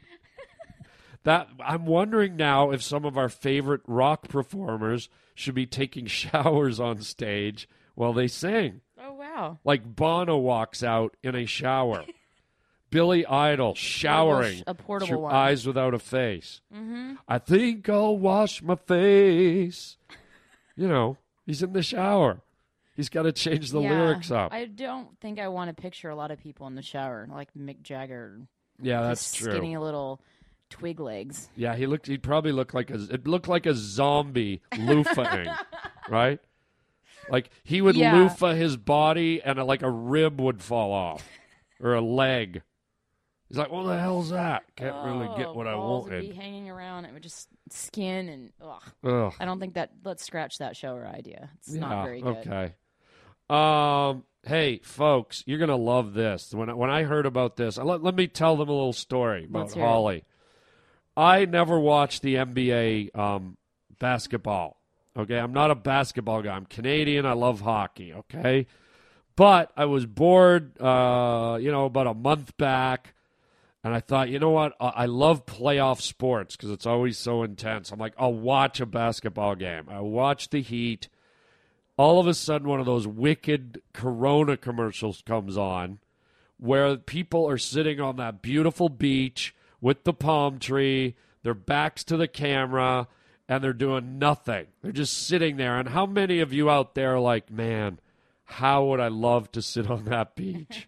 Speaker 1: that I'm wondering now if some of our favorite rock performers should be taking showers on stage while they sing.
Speaker 8: Oh wow.
Speaker 1: Like Bono walks out in a shower. Billy Idol showering
Speaker 8: a portable
Speaker 1: through
Speaker 8: one. Mm-hmm.
Speaker 1: eyes without a face. I think I'll wash my face. You know, he's in the shower. He's got to change the
Speaker 8: Yeah.
Speaker 1: lyrics up.
Speaker 8: I don't think I want to picture a lot of people in the shower, like Mick Jagger.
Speaker 1: yeah,
Speaker 8: his
Speaker 1: that's true.
Speaker 8: Skinny little twig legs.
Speaker 1: Yeah, he looked. He probably looked like a. It looked like a zombie loofahing, right? Like he would
Speaker 8: Yeah.
Speaker 1: loofah his body, and a, like a rib would fall off, or a leg. He's like, "What the hell's that? Can't really get
Speaker 8: Oh,
Speaker 1: what I
Speaker 8: balls Would be
Speaker 1: wanted."
Speaker 8: hanging around. It would just skin and ugh.
Speaker 1: Ugh.
Speaker 8: I don't think that. Let's scratch that shower idea. It's
Speaker 1: Yeah,
Speaker 8: not very good.
Speaker 1: Okay. Um. Hey, folks, you're gonna love this. When I, when I heard about this, I- let, let me tell them a little story about
Speaker 8: Let's hear it.
Speaker 1: Holly. I never watched the NBA um, basketball. Okay, I'm not a basketball guy. I'm Canadian. I love hockey. Okay, but I was bored. Uh, you know, about a month back. And I thought, you know what? I I love playoff sports because it's always so intense. I'm like, I'll watch a basketball game. I watch the Heat all of a sudden one of those wicked corona commercials comes on where people are sitting on that beautiful beach with the palm tree their backs to the camera and they're doing nothing they're just sitting there and how many of you out there are like man how would i love to sit on that beach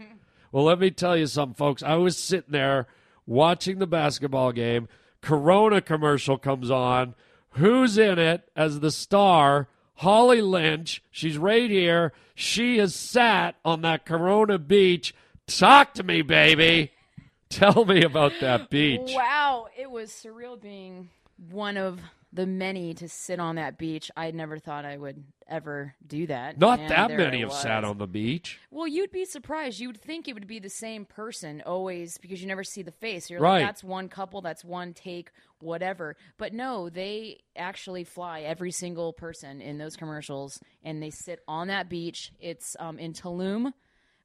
Speaker 1: well let me tell you something folks i was sitting there watching the basketball game corona commercial comes on who's in it as the star Holly Lynch. She's right here. She has sat on that Corona beach. Talk to me, baby. Tell me about that beach.
Speaker 8: Wow, it was surreal being one of the many to sit on that beach. I never thought I would ever do that.
Speaker 1: Not
Speaker 8: and
Speaker 1: that
Speaker 8: there
Speaker 1: many
Speaker 8: I
Speaker 1: have sat
Speaker 8: was.
Speaker 1: on the beach.
Speaker 8: Well, you'd be surprised. You would think it would be the same person always because you never see the face. You're
Speaker 1: Right.
Speaker 8: like, that's one couple, that's one take, whatever. But no, they actually fly every single person in those commercials and they sit on that beach. It's um, in Tulum,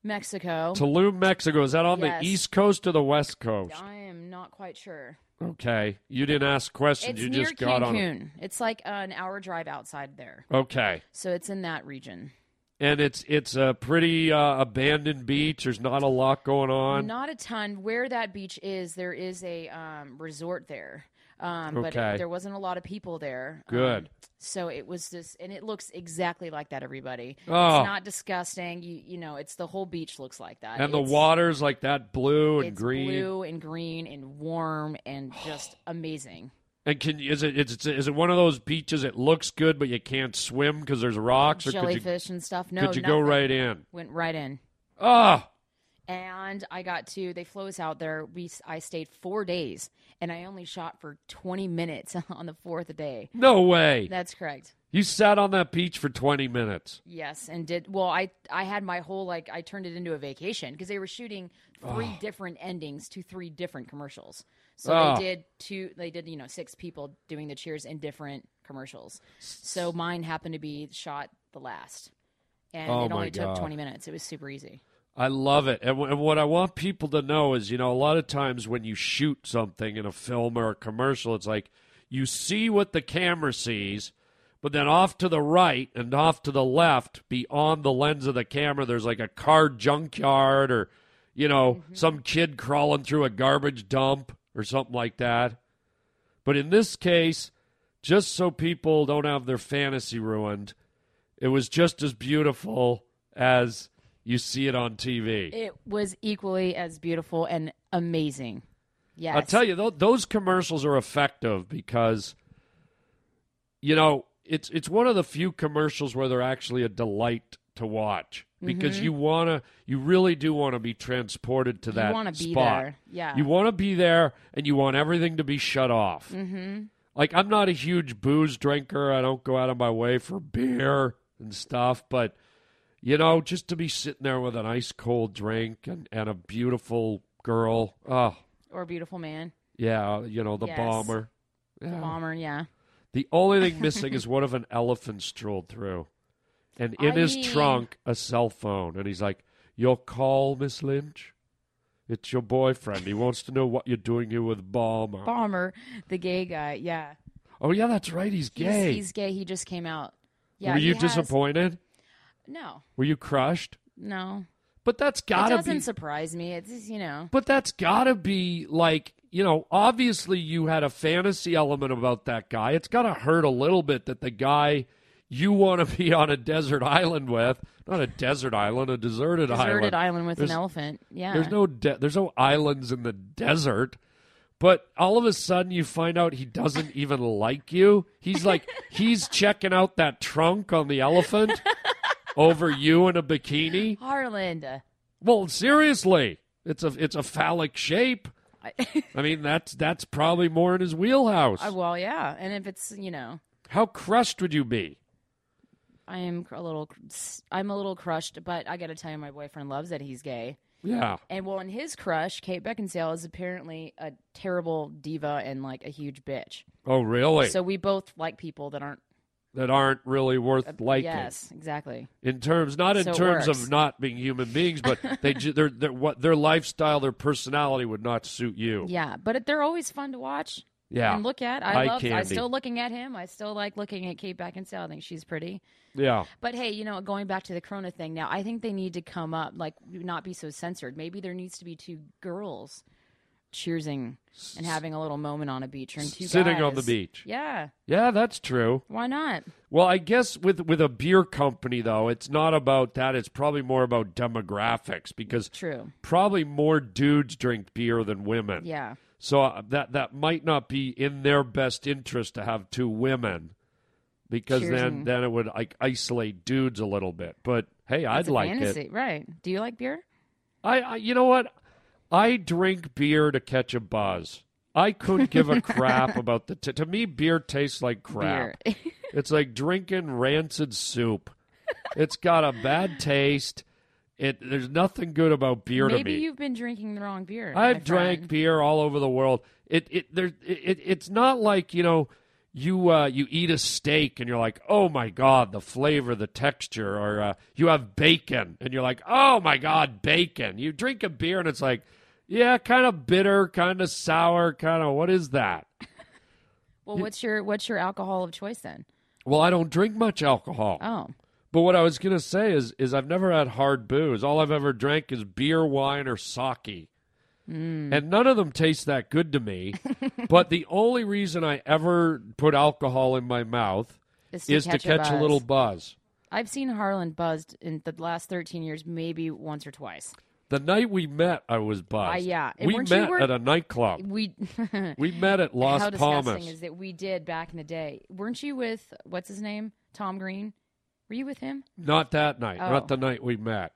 Speaker 8: Mexico.
Speaker 1: Tulum, Mexico. Is that on
Speaker 8: Yes.
Speaker 1: the east coast or the west coast?
Speaker 8: I am not quite sure.
Speaker 1: Okay. You didn't ask questions.
Speaker 8: it's
Speaker 1: you
Speaker 8: near
Speaker 1: just got on. a-
Speaker 8: Cancun. It's like an hour drive outside there.
Speaker 1: Okay.
Speaker 8: So it's in that region.
Speaker 1: And it's it's a pretty uh, abandoned beach. There's not a lot going on.
Speaker 8: Not a ton. Where that beach is, there is a um, resort there. Um, But
Speaker 1: Okay.
Speaker 8: it, there wasn't a lot of people there. Um,
Speaker 1: Good.
Speaker 8: so it was just, and it looks exactly like that, everybody.
Speaker 1: Oh.
Speaker 8: It's not disgusting. You, you know, it's the whole beach looks like that.
Speaker 1: and the
Speaker 8: It's-
Speaker 1: water's like that blue and
Speaker 8: it's
Speaker 1: green.
Speaker 8: blue and green and warm and just amazing.
Speaker 1: And can is it is it, is it one of those beaches? It looks good, but you can't swim because there's rocks. Or
Speaker 8: Jellyfish and stuff.
Speaker 1: Could
Speaker 8: No,
Speaker 1: you, could you go
Speaker 8: nothing.
Speaker 1: right in?
Speaker 8: Went right in.
Speaker 1: Ah,
Speaker 8: and I got to they flew us out there. We I stayed four days, and I only shot for twenty minutes on the fourth day.
Speaker 1: no way!
Speaker 8: That's correct.
Speaker 1: You sat on that beach for 20 minutes.
Speaker 8: Yes, and did well. I I had my whole like I turned it into a vacation because they were shooting three different endings to three different commercials. So
Speaker 1: Ah.
Speaker 8: they did two. They did you know six people doing the cheers in different commercials. So mine happened to be shot the last, and
Speaker 1: Oh
Speaker 8: it
Speaker 1: my
Speaker 8: only
Speaker 1: God.
Speaker 8: took twenty minutes. It was super easy.
Speaker 1: I love it. And, w- and what I want people to know is, you know, a lot of times when you shoot something in a film or a commercial, it's like you see what the camera sees, but then off to the right and off to the left, beyond the lens of the camera, there's like a car junkyard or, you know, some kid crawling through a garbage dump or something like that. But in this case, just so people don't have their fantasy ruined, it was just as beautiful as you see it on TV.
Speaker 8: It was equally as beautiful and amazing. Yes,
Speaker 1: I'll tell you, tho- those commercials are effective because, you know, it's it's one of the few commercials where they're actually a delight to watch because
Speaker 8: Mm-hmm.
Speaker 1: you wanna, you really do want to be transported to that
Speaker 8: wanna be
Speaker 1: spot.
Speaker 8: there, yeah.
Speaker 1: you want to be there, and you want everything to be shut off. Mm-hmm. Like I'm not a huge booze drinker. I don't go out of my way for beer and stuff, but you know, just to be sitting there with an ice cold drink and, and a beautiful girl. Oh,
Speaker 8: or beautiful man,
Speaker 1: yeah, you know, the
Speaker 8: Yes.
Speaker 1: bomber.
Speaker 8: the
Speaker 1: Oh.
Speaker 8: bomber. Yeah,
Speaker 1: The only thing missing is what if an elephant strolled through and in
Speaker 8: I
Speaker 1: his
Speaker 8: mean-
Speaker 1: trunk a cell phone and he's like, Your call, Miss Lynch? It's your boyfriend. He wants to know what you're doing here with Bomber.
Speaker 8: bomber, the gay guy. Yeah,
Speaker 1: oh, yeah, that's right. He's
Speaker 8: he's,
Speaker 1: gay.
Speaker 8: He's gay. He just came out. Yeah,
Speaker 1: Were
Speaker 8: he
Speaker 1: you
Speaker 8: has-
Speaker 1: disappointed?
Speaker 8: No,
Speaker 1: Were you crushed?
Speaker 8: no.
Speaker 1: But that's
Speaker 8: It
Speaker 1: gotta
Speaker 8: doesn't
Speaker 1: be.
Speaker 8: surprise me. It's just, you know.
Speaker 1: But that's got to be like, you know, obviously you had a fantasy element about that guy. It's got to hurt a little bit that the guy you want to be on a desert island with, not a desert island, a deserted,
Speaker 8: deserted island, with
Speaker 1: There's-
Speaker 8: an elephant. Yeah.
Speaker 1: There's no de- there's no islands in the desert. But all of a sudden you find out he doesn't even like you. He's like he's checking out that trunk on the elephant over you in a bikini.
Speaker 8: Harland. uh,
Speaker 1: Well, seriously, it's a it's a phallic shape.
Speaker 8: I,
Speaker 1: I mean, that's that's probably more in his wheelhouse.
Speaker 8: I- well, yeah. And if it's you know,
Speaker 1: How crushed would you be?
Speaker 8: I am a little, cr- s- I'm a little crushed, but I got to tell you, my boyfriend loves that he's gay.
Speaker 1: Yeah,
Speaker 8: And well, in his crush, Kate Beckinsale is apparently a terrible diva and like a huge bitch.
Speaker 1: Oh, really?
Speaker 8: So we both like people that aren't. uh,
Speaker 1: that aren't really worth liking
Speaker 8: Yes, exactly.
Speaker 1: in terms not in
Speaker 8: So it
Speaker 1: terms of
Speaker 8: works.
Speaker 1: not being human beings, but they ju- their their what their lifestyle, their personality would not suit you.
Speaker 8: Yeah, but it, they're always fun to watch.
Speaker 1: Yeah.
Speaker 8: And look at. I
Speaker 1: Eye
Speaker 8: love. I
Speaker 1: candy.
Speaker 8: still looking at him. I still like looking at Kate Beckinsale. I think she's pretty.
Speaker 1: Yeah.
Speaker 8: But hey, you know, going back to the Corona thing now, I think they need to come up, like, not be so censored. Maybe there needs to be two girls cheersing and having a little moment on a beach, or two
Speaker 1: Sitting on the
Speaker 8: guys.
Speaker 1: beach.
Speaker 8: Yeah,
Speaker 1: Yeah, that's true.
Speaker 8: why not?
Speaker 1: Well, I guess with with a beer company though, it's not about that. It's probably more about demographics because
Speaker 8: True.
Speaker 1: probably more dudes drink beer than women.
Speaker 8: Yeah,
Speaker 1: So uh, that that might not be in their best interest to have two women, because
Speaker 8: Cheers
Speaker 1: then
Speaker 8: and-
Speaker 1: then it would like isolate dudes a little bit. But hey,
Speaker 8: It's
Speaker 1: I'd
Speaker 8: a
Speaker 1: like
Speaker 8: fantasy,
Speaker 1: it.
Speaker 8: right? Do you like beer?
Speaker 1: I, I you know what? I drink beer to catch a buzz. I couldn't give a crap about the. T- to me, beer tastes like crap.
Speaker 8: Beer.
Speaker 1: It's like drinking rancid soup. It's got a bad taste. It there's nothing good about beer to
Speaker 8: Maybe
Speaker 1: me.
Speaker 8: you've been drinking the wrong beer. my
Speaker 1: I've drank
Speaker 8: friend.
Speaker 1: beer all over the world. It it there it, it it's not like you know you uh, you eat a steak and you're like oh my god the flavor the texture or uh, you have bacon and you're like oh my god bacon. You drink a beer and it's like yeah kind of bitter kind of sour kind of what is that?
Speaker 8: Well, what's your what's your alcohol of choice then?
Speaker 1: Well, I don't drink much alcohol.
Speaker 8: Oh,
Speaker 1: But what I was gonna say is, is I've never had hard booze. All I've ever drank is beer, wine, or sake,
Speaker 8: Mm.
Speaker 1: and none of them taste that good to me. but the only reason I ever put alcohol in my mouth
Speaker 8: Is to
Speaker 1: is to
Speaker 8: catch a
Speaker 1: catch a
Speaker 8: buzz.
Speaker 1: little buzz.
Speaker 8: I've seen Harlan buzzed in the last thirteen years, maybe once or twice.
Speaker 1: The night we met, I was buzzed.
Speaker 8: Uh, yeah. And
Speaker 1: we
Speaker 8: weren't you
Speaker 1: met
Speaker 8: wor-
Speaker 1: at a nightclub.
Speaker 8: We
Speaker 1: We met at Las
Speaker 8: how disgusting
Speaker 1: Palmas.
Speaker 8: is that we did back in the day. Weren't you with what's his name? Tom Green? Were you with him?
Speaker 1: Not that night.
Speaker 8: Oh.
Speaker 1: Not the night we met.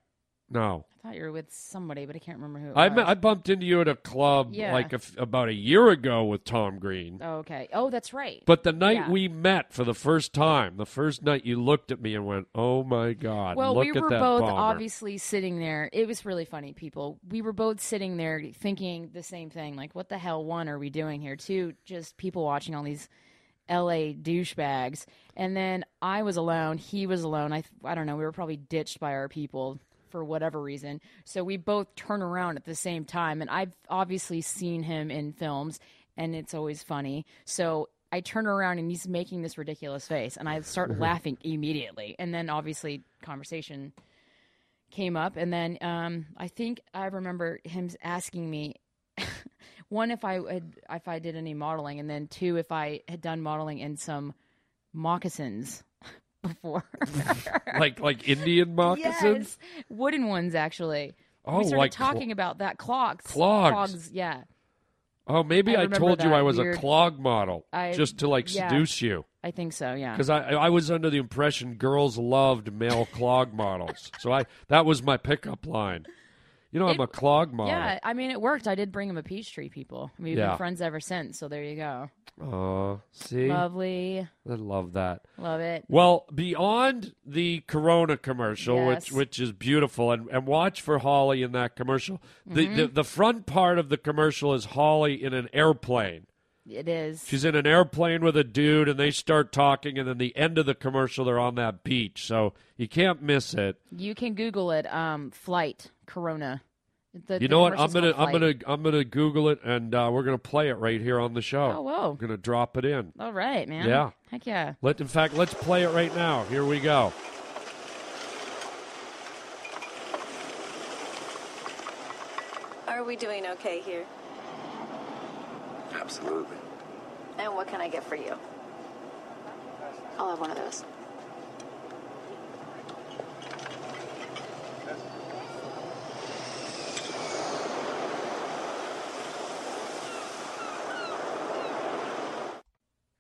Speaker 1: No.
Speaker 8: I thought you were with somebody, but I can't remember who. It
Speaker 1: I,
Speaker 8: was.
Speaker 1: met, I bumped into you at a club
Speaker 8: Oh, Yeah.
Speaker 1: like a f about a year ago with Tom Green.
Speaker 8: oh, okay. Oh, that's right.
Speaker 1: But the night
Speaker 8: Yeah.
Speaker 1: we met for the first time, the first night you looked at me and went, "Oh my God!"
Speaker 8: well,
Speaker 1: look
Speaker 8: we
Speaker 1: at
Speaker 8: were
Speaker 1: that
Speaker 8: both
Speaker 1: boner."
Speaker 8: obviously sitting there. It was really funny, people. We were both sitting there thinking the same thing. Like, what the hell? One, are we doing here? Two, just people watching all these L.A. douchebags. And then I was alone. He was alone. I I don't know. We were probably ditched by our people for whatever reason. So we both turn around at the same time. And I've obviously seen him in films, and it's always funny. So I turn around and he's making this ridiculous face, and I start laughing immediately. And then obviously, conversation came up. And then um, I think I remember him asking me. One, if I had, if I did any modeling, and then two, if I had done modeling in some moccasins before.
Speaker 1: like like Indian moccasins.
Speaker 8: Yes, wooden ones actually.
Speaker 1: Oh,
Speaker 8: we started
Speaker 1: like clo-
Speaker 8: talking about that clogs.
Speaker 1: Clogs.
Speaker 8: yeah.
Speaker 1: Oh, maybe
Speaker 8: I
Speaker 1: I,
Speaker 8: remember
Speaker 1: told you
Speaker 8: that
Speaker 1: I was
Speaker 8: weird-
Speaker 1: a clog model
Speaker 8: I-
Speaker 1: just to like
Speaker 8: yeah.
Speaker 1: seduce you.
Speaker 8: I think so. Yeah.
Speaker 1: Because I, I was under the impression girls loved male clog models, so I that was my pickup line. You know, I'm a clog model.
Speaker 8: Yeah. I mean, it worked. I did bring him a peach tree, people. I mean, We've
Speaker 1: Yeah.
Speaker 8: been friends ever since. So there you go.
Speaker 1: Aw, see,
Speaker 8: Lovely.
Speaker 1: I love that.
Speaker 8: Love it.
Speaker 1: Well, beyond the Corona commercial, which
Speaker 8: Yes.
Speaker 1: which is beautiful, and, and watch for Holly in that commercial. The, the
Speaker 8: Mm-hmm.
Speaker 1: the front part of the commercial is Holly in an airplane.
Speaker 8: It is.
Speaker 1: She's in an airplane with a dude, and they start talking, and then the end of the commercial, they're on that beach, so you can't miss it.
Speaker 8: you can Google it. Um, flight Corona. The,
Speaker 1: you
Speaker 8: the
Speaker 1: know what? I'm
Speaker 8: commercial's
Speaker 1: gonna
Speaker 8: called
Speaker 1: I'm
Speaker 8: Flight.
Speaker 1: gonna I'm gonna Google it, and uh, we're gonna play it right here on the show.
Speaker 8: Oh, whoa.
Speaker 1: I'm gonna drop it in.
Speaker 8: All right, man.
Speaker 1: Yeah.
Speaker 8: Heck yeah.
Speaker 1: Let in fact, let's play it right now. Here we go.
Speaker 9: Are we doing okay here?
Speaker 3: Absolutely.
Speaker 9: And what can I get for you? I'll have one of those.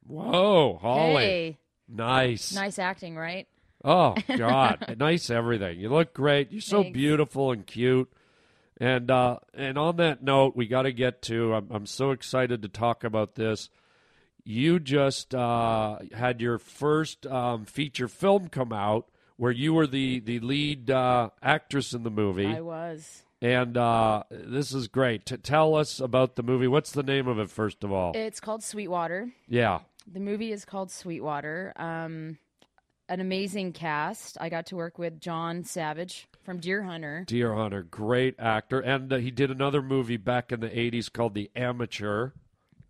Speaker 1: Whoa, Holly,
Speaker 8: Hey.
Speaker 1: nice,
Speaker 8: Nice acting, right?
Speaker 1: Oh God, nice everything. You look great. You're so
Speaker 8: Thanks.
Speaker 1: beautiful and cute. And uh, and on that note, we got to get to. I'm, I'm so excited to talk about this. You just uh, had your first um, feature film come out where you were the the lead uh, actress in the movie,
Speaker 8: I was.
Speaker 1: and uh, this is great. T- tell us about the movie. What's the name of it, first of all?
Speaker 8: It's called Sweetwater.
Speaker 1: yeah,
Speaker 8: The movie is called Sweetwater. Um, an amazing cast. I got to work with John Savage from Deer Hunter.
Speaker 1: Deer Hunter, great actor, and uh, he did another movie back in the '80s called The Amateur.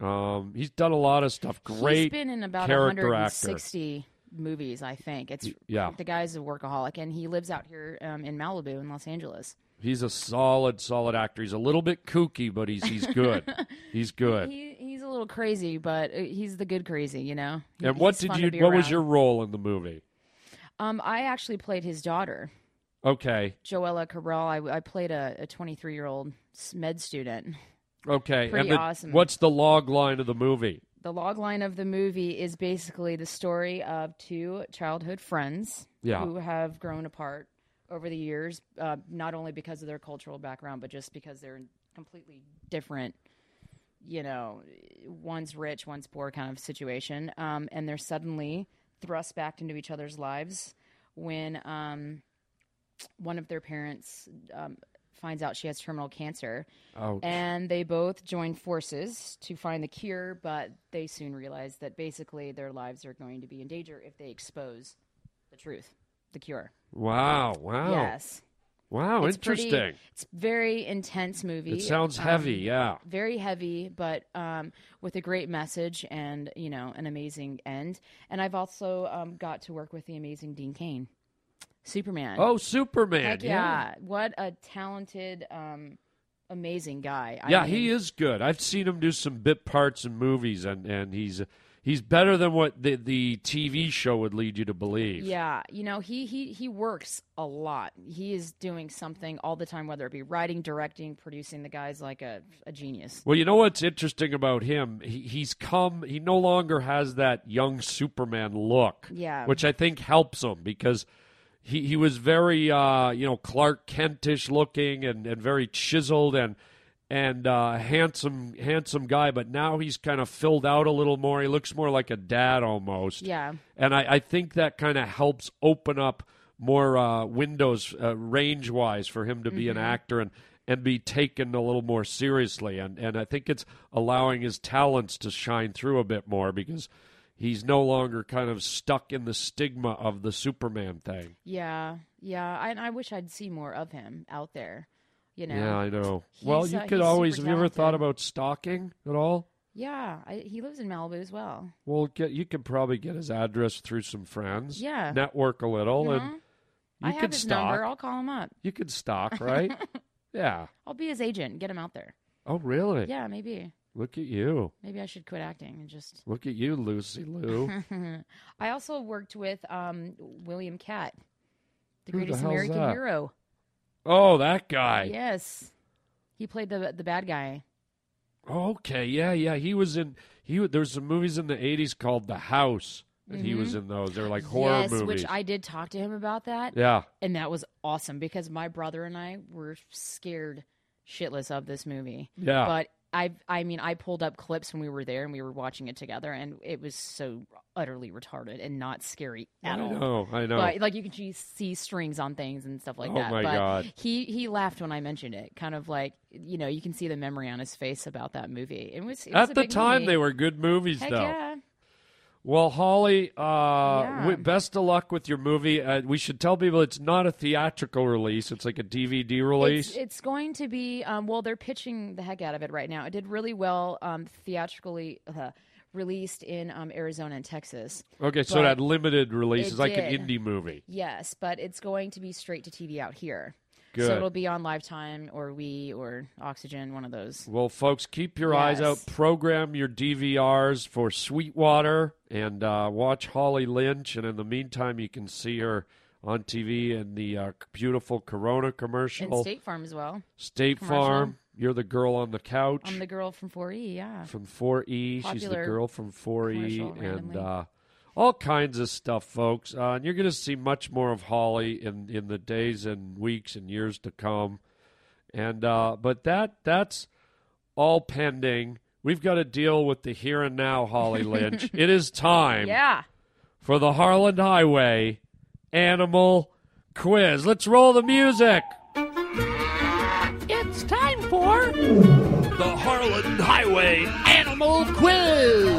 Speaker 1: Um, he's done a lot of stuff. Great
Speaker 8: He's been in about
Speaker 1: character
Speaker 8: 160 movies, I think. It's
Speaker 1: yeah.
Speaker 8: The guy's a workaholic, and he lives out here um, in Malibu, in Los Angeles.
Speaker 1: actor. He's a solid, solid actor. He's a little bit kooky, but he's he's good. he's good.
Speaker 8: He he's a little crazy, but uh, he's the good crazy, you know. He-
Speaker 1: and what
Speaker 8: he's
Speaker 1: did
Speaker 8: fun
Speaker 1: you?
Speaker 8: to be
Speaker 1: What was
Speaker 8: around.
Speaker 1: your role in the movie?
Speaker 8: Um, I actually played his daughter,
Speaker 1: Okay,
Speaker 8: Joella Cabral. I, I played a a 23 year old med student.
Speaker 1: okay.
Speaker 8: Pretty
Speaker 1: and the-
Speaker 8: awesome.
Speaker 1: What's the log line of the movie?
Speaker 8: the log line of the movie is basically the story of two childhood friends
Speaker 1: Yeah.
Speaker 8: who have grown apart over the years, uh, not only because of their cultural background, but just because they're completely different, you know, one's rich, one's poor kind of situation. Um, and they're suddenly thrust back into each other's lives when um, one of their parents um, finds out she has terminal cancer.
Speaker 1: Oh,
Speaker 8: And they both join forces to find the cure, but they soon realize that basically their lives are going to be in danger if they expose the truth, the cure.
Speaker 1: wow, wow,
Speaker 8: Yes.
Speaker 1: wow.
Speaker 8: It's
Speaker 1: Oh.
Speaker 8: pretty-
Speaker 1: interesting.
Speaker 8: it's very intense movie.
Speaker 1: it sounds
Speaker 8: Um,
Speaker 1: heavy. Yeah.
Speaker 8: Very heavy, but um, with a great message and, you know, an amazing end. And I've also um, got to work with the amazing Dean Kane, Superman.
Speaker 1: Oh, Superman.
Speaker 8: Heck yeah. What a talented, um, amazing guy. I
Speaker 1: Yeah,
Speaker 8: mean-
Speaker 1: he is good. I've seen him do some bit parts in movies, and, and he's he's better than what the the TV show would lead you to believe.
Speaker 8: Yeah, you know he he he works a lot. He is doing something all the time, whether it be writing, directing, producing. The guy's like a a genius.
Speaker 1: Well, you know what's interesting about him? He, he's come. He no longer has that young Superman look.
Speaker 8: Yeah.
Speaker 1: Which I think helps him because he he was very uh, you know Clark Kentish looking and, and very chiseled and and uh, handsome handsome guy, but now he's kind of filled out a little more. He looks more like a dad almost.
Speaker 8: Yeah.
Speaker 1: and I, I think that kind of helps open up more uh, windows uh, range wise for him to be an
Speaker 8: Mm-hmm.
Speaker 1: actor and and be taken a little more seriously. And and I think it's allowing his talents to shine through a bit more because. He's no longer kind of stuck in the stigma of the Superman thing.
Speaker 8: Yeah, yeah. I, and I wish I'd see more of him out there. You know.
Speaker 1: Yeah, I know. well,
Speaker 8: He's,
Speaker 1: you
Speaker 8: uh,
Speaker 1: could
Speaker 8: he's
Speaker 1: always. Have
Speaker 8: super
Speaker 1: you ever thought
Speaker 8: talented.
Speaker 1: about stalking at all?
Speaker 8: Yeah, I, he lives in Malibu as well.
Speaker 1: Well, get, you could probably get his address through some friends.
Speaker 8: Yeah.
Speaker 1: network a little, and you
Speaker 8: I
Speaker 1: could
Speaker 8: have his
Speaker 1: stalk.
Speaker 8: number. I'll call him up.
Speaker 1: You could stalk, right? yeah.
Speaker 8: I'll be his agent. and Get him out there.
Speaker 1: Oh, really?
Speaker 8: Yeah, maybe.
Speaker 1: Look at you.
Speaker 8: Maybe I should quit acting and just.
Speaker 1: Look at you, Lucy Lou.
Speaker 8: I also worked with um, William Catt, the
Speaker 1: Who the
Speaker 8: greatest
Speaker 1: hell's
Speaker 8: American
Speaker 1: that?
Speaker 8: hero.
Speaker 1: oh, that guy.
Speaker 8: Yes, he played the the bad guy.
Speaker 1: Okay, yeah, yeah. He was in. He wa- there was some movies in the '80s called The House that he was in. Those they're like horror
Speaker 8: Mm-hmm. yes,
Speaker 1: movies.
Speaker 8: which I did talk to him about that.
Speaker 1: yeah.
Speaker 8: and that was awesome because my brother and I were scared shitless of this movie.
Speaker 1: Yeah.
Speaker 8: But I I mean I pulled up clips when we were there and we were watching it together and it was so utterly retarded and not scary at
Speaker 1: I
Speaker 8: all.
Speaker 1: know. I know.
Speaker 8: But like you could see- see strings on things and stuff like
Speaker 1: Oh
Speaker 8: that.
Speaker 1: my
Speaker 8: but
Speaker 1: God.
Speaker 8: he he laughed when I mentioned it, kind of like you know you can see the memory on his face about that movie. It was it
Speaker 1: At
Speaker 8: was a
Speaker 1: the
Speaker 8: big
Speaker 1: time,
Speaker 8: movie.
Speaker 1: they were good movies,
Speaker 8: Heck
Speaker 1: though.
Speaker 8: yeah.
Speaker 1: Well, Holly, uh,
Speaker 8: Yeah.
Speaker 1: wi- best of luck with your movie. Uh, we should tell people it's not a theatrical release; it's like a DVD release.
Speaker 8: It's, it's going to be um, well. They're pitching the heck out of it right now. It did really well um, theatrically uh, released in um, Arizona and Texas.
Speaker 1: okay, so it
Speaker 8: but
Speaker 1: had limited release.
Speaker 8: it
Speaker 1: It's like
Speaker 8: did.
Speaker 1: an indie movie.
Speaker 8: Yes, but it's going to be straight to TV out here.
Speaker 1: Good.
Speaker 8: So it'll be on Lifetime or We or Oxygen, one of those.
Speaker 1: Well, folks, keep your eyes out.
Speaker 8: Yes.
Speaker 1: Program your DVRs for Sweetwater and uh, watch Holly Lynch. And in the meantime, you can see her on TV in the uh, beautiful Corona
Speaker 8: And
Speaker 1: commercial.
Speaker 8: State Farm as well.
Speaker 1: State
Speaker 8: commercial.
Speaker 1: Farm. You're the girl on the couch.
Speaker 8: I'm the girl from 4E. Yeah.
Speaker 1: from 4E. She's the
Speaker 8: Popular
Speaker 1: girl from 4E,
Speaker 8: commercial,
Speaker 1: and
Speaker 8: randomly.
Speaker 1: uh, all kinds of stuff, folks. Uh, and you're going to see much more of Holly in in the days and weeks and years to come. And uh, but that that's all pending. We've got to deal with the here and now, Holly Lynch. it is time
Speaker 8: Yeah.
Speaker 1: for the Harland Highway Animal Quiz. Let's roll the music.
Speaker 8: It's time for
Speaker 1: The Harland Highway Animal Quiz.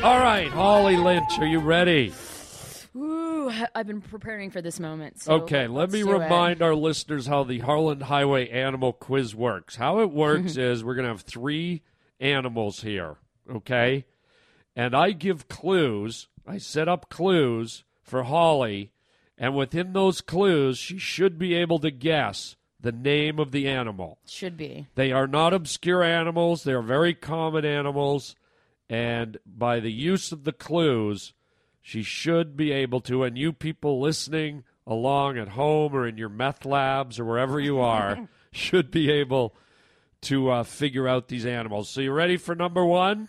Speaker 1: All right, Holly Lynch, are you ready?
Speaker 8: Ooh, I've been preparing for this moment. So
Speaker 1: Okay, let
Speaker 8: let's
Speaker 1: me
Speaker 8: do it.
Speaker 1: remind our listeners how the Harland Highway Animal Quiz works. How it works is we're going to have three animals here, okay? And I give clues. I set up clues for Holly, and within those clues, she should be able to guess the name of the animal.
Speaker 8: Should be.
Speaker 1: They are not obscure animals. They are very common animals. And by the use of the clues, she should be able to. And you people listening along at home or in your meth labs or wherever you are should be able to uh, figure out these animals. So, you ready for number one?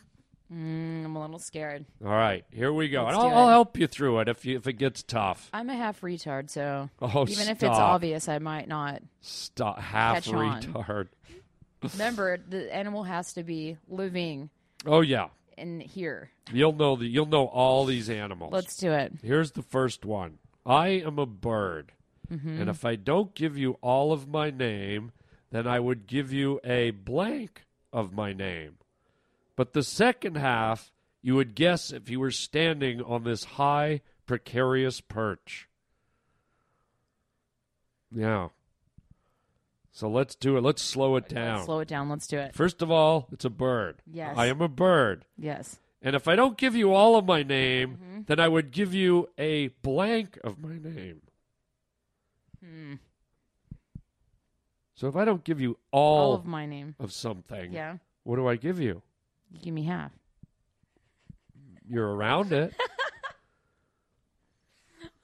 Speaker 8: Mm, I'm a little scared.
Speaker 1: All right, here we go.
Speaker 8: Let's
Speaker 1: and
Speaker 8: do
Speaker 1: I'll, I'll
Speaker 8: it.
Speaker 1: help you through it if, you, if it gets tough.
Speaker 8: I'm a half retard, so
Speaker 1: Oh,
Speaker 8: even if
Speaker 1: stop.
Speaker 8: it's obvious, I might not.
Speaker 1: Stop. Half
Speaker 8: Catch on.
Speaker 1: retard.
Speaker 8: Remember, the animal has to be living
Speaker 1: Oh, yeah.
Speaker 8: in here.
Speaker 1: You'll know the, you'll know all these animals.
Speaker 8: Let's do it.
Speaker 1: Here's the first one. I am a bird.
Speaker 8: Mm-hmm.
Speaker 1: And if I don't give you all of my name, then I would give you a blank of my name. But the second half, you would guess if you were standing on this high, precarious perch. Yeah. So let's do it. Let's slow it down.
Speaker 8: Slow it down. Let's do it.
Speaker 1: First of all, it's a bird.
Speaker 8: Yes.
Speaker 1: I am a bird.
Speaker 8: Yes.
Speaker 1: And if I don't give you all of my name,
Speaker 8: Mm-hmm.
Speaker 1: then I would give you a blank of my name.
Speaker 8: Hmm.
Speaker 1: So if I don't give you all,
Speaker 8: All
Speaker 1: of,
Speaker 8: of my name.
Speaker 1: something,
Speaker 8: Yeah.
Speaker 1: what do I give you?
Speaker 8: You give me half.
Speaker 1: You're around it.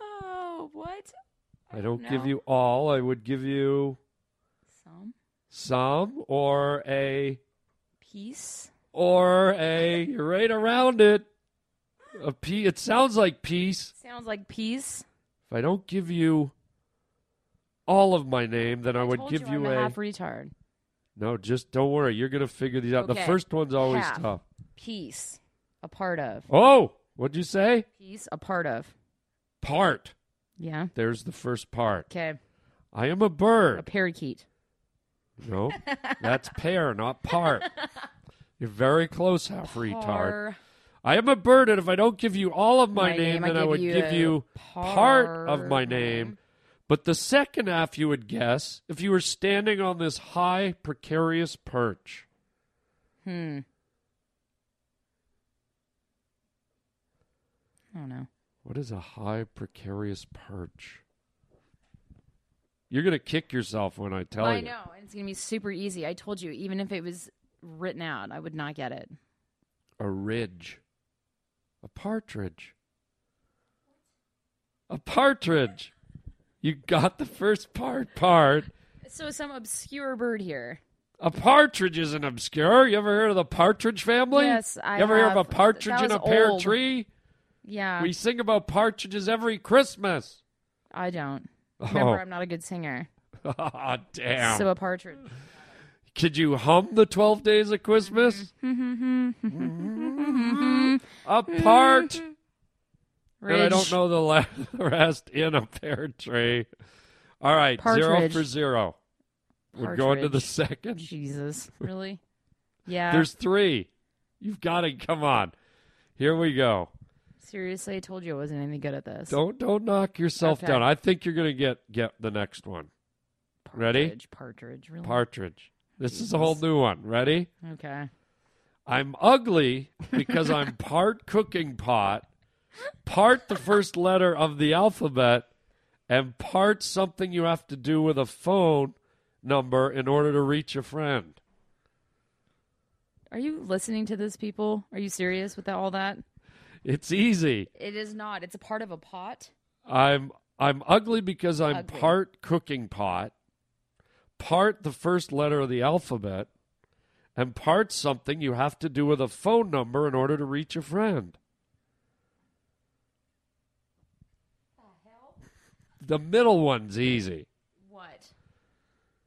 Speaker 8: Oh, what?
Speaker 1: I don't
Speaker 8: No.
Speaker 1: give you all. I would give you
Speaker 8: Some
Speaker 1: some or a
Speaker 8: piece.
Speaker 1: or a you're right around it. A pe- it sounds like peace.
Speaker 8: Sounds like peace.
Speaker 1: If I don't give you all of my name, then I, would
Speaker 8: Told
Speaker 1: give
Speaker 8: you,
Speaker 1: you,
Speaker 8: I'm
Speaker 1: a.
Speaker 8: a half retard.
Speaker 1: no, just don't worry. You're going to figure these out. The
Speaker 8: Okay.
Speaker 1: first one's always
Speaker 8: Half.
Speaker 1: tough.
Speaker 8: Peace. A part of.
Speaker 1: Oh, what'd you say?
Speaker 8: Peace. A part of.
Speaker 1: Part.
Speaker 8: Yeah.
Speaker 1: There's the first part.
Speaker 8: Okay.
Speaker 1: I am a
Speaker 8: A
Speaker 1: bird.
Speaker 8: parakeet.
Speaker 1: No, that's pair, not part. You're very close, half retard.
Speaker 8: Par-
Speaker 1: I am a bird, and if I don't give you all of my,
Speaker 8: My
Speaker 1: name,
Speaker 8: name, I
Speaker 1: then I,
Speaker 8: give
Speaker 1: would
Speaker 8: you
Speaker 1: give
Speaker 8: a
Speaker 1: you part
Speaker 8: par-
Speaker 1: of my name. But the second half you would guess if you were standing on this high, precarious perch.
Speaker 8: Hmm. I don't know.
Speaker 1: What is a high, precarious perch? You're going to kick yourself when I tell
Speaker 8: I
Speaker 1: you.
Speaker 8: know. and It's going to be super easy. I told you, even if it was written out, I would not get it.
Speaker 1: A ridge. A partridge. A partridge. You got the first part part.
Speaker 8: So, some obscure bird here.
Speaker 1: A partridge isn't obscure. You ever heard of the partridge family?
Speaker 8: Yes, I
Speaker 1: You ever hear of
Speaker 8: have.
Speaker 1: a partridge
Speaker 8: That
Speaker 1: in a
Speaker 8: was
Speaker 1: pear
Speaker 8: old. Uh,
Speaker 1: tree?
Speaker 8: Yeah.
Speaker 1: We sing about partridges every Christmas.
Speaker 8: I don't. Remember,
Speaker 1: Oh.
Speaker 8: I'm not a good singer.
Speaker 1: Ah, damn.
Speaker 8: So, a partridge.
Speaker 1: Could you hum the 12 days of Christmas? a part. And I don't
Speaker 8: Ridge.
Speaker 1: know the la- the rest in a pear tree. All right, zero
Speaker 8: Partridge.
Speaker 1: for zero. We're going to the
Speaker 8: Partridge.
Speaker 1: second.
Speaker 8: Jesus. Really? Yeah.
Speaker 1: There's three. You've got to come on. Here we go.
Speaker 8: Seriously, I told you I wasn't any good at this.
Speaker 1: Don't don't knock yourself
Speaker 8: Okay.
Speaker 1: down. I think you're gonna get get the next one. ready?
Speaker 8: Partridge, Partridge. Really?
Speaker 1: Partridge. This is a whole new one. Ready?
Speaker 8: okay.
Speaker 1: I'm ugly because I'm part cooking pot, part the first letter of the alphabet, and part something you have to do with a phone number in order to reach a friend.
Speaker 8: Are you listening to this, people? Are you serious with that, all that?
Speaker 1: It's easy.
Speaker 8: It is not. It's a part of a pot.
Speaker 1: I'm I'm ugly because I'm
Speaker 8: Ugly.
Speaker 1: part cooking pot, part the first letter of the alphabet, and part something you have to do with a phone number in order to reach a friend. The middle one's easy.
Speaker 8: What?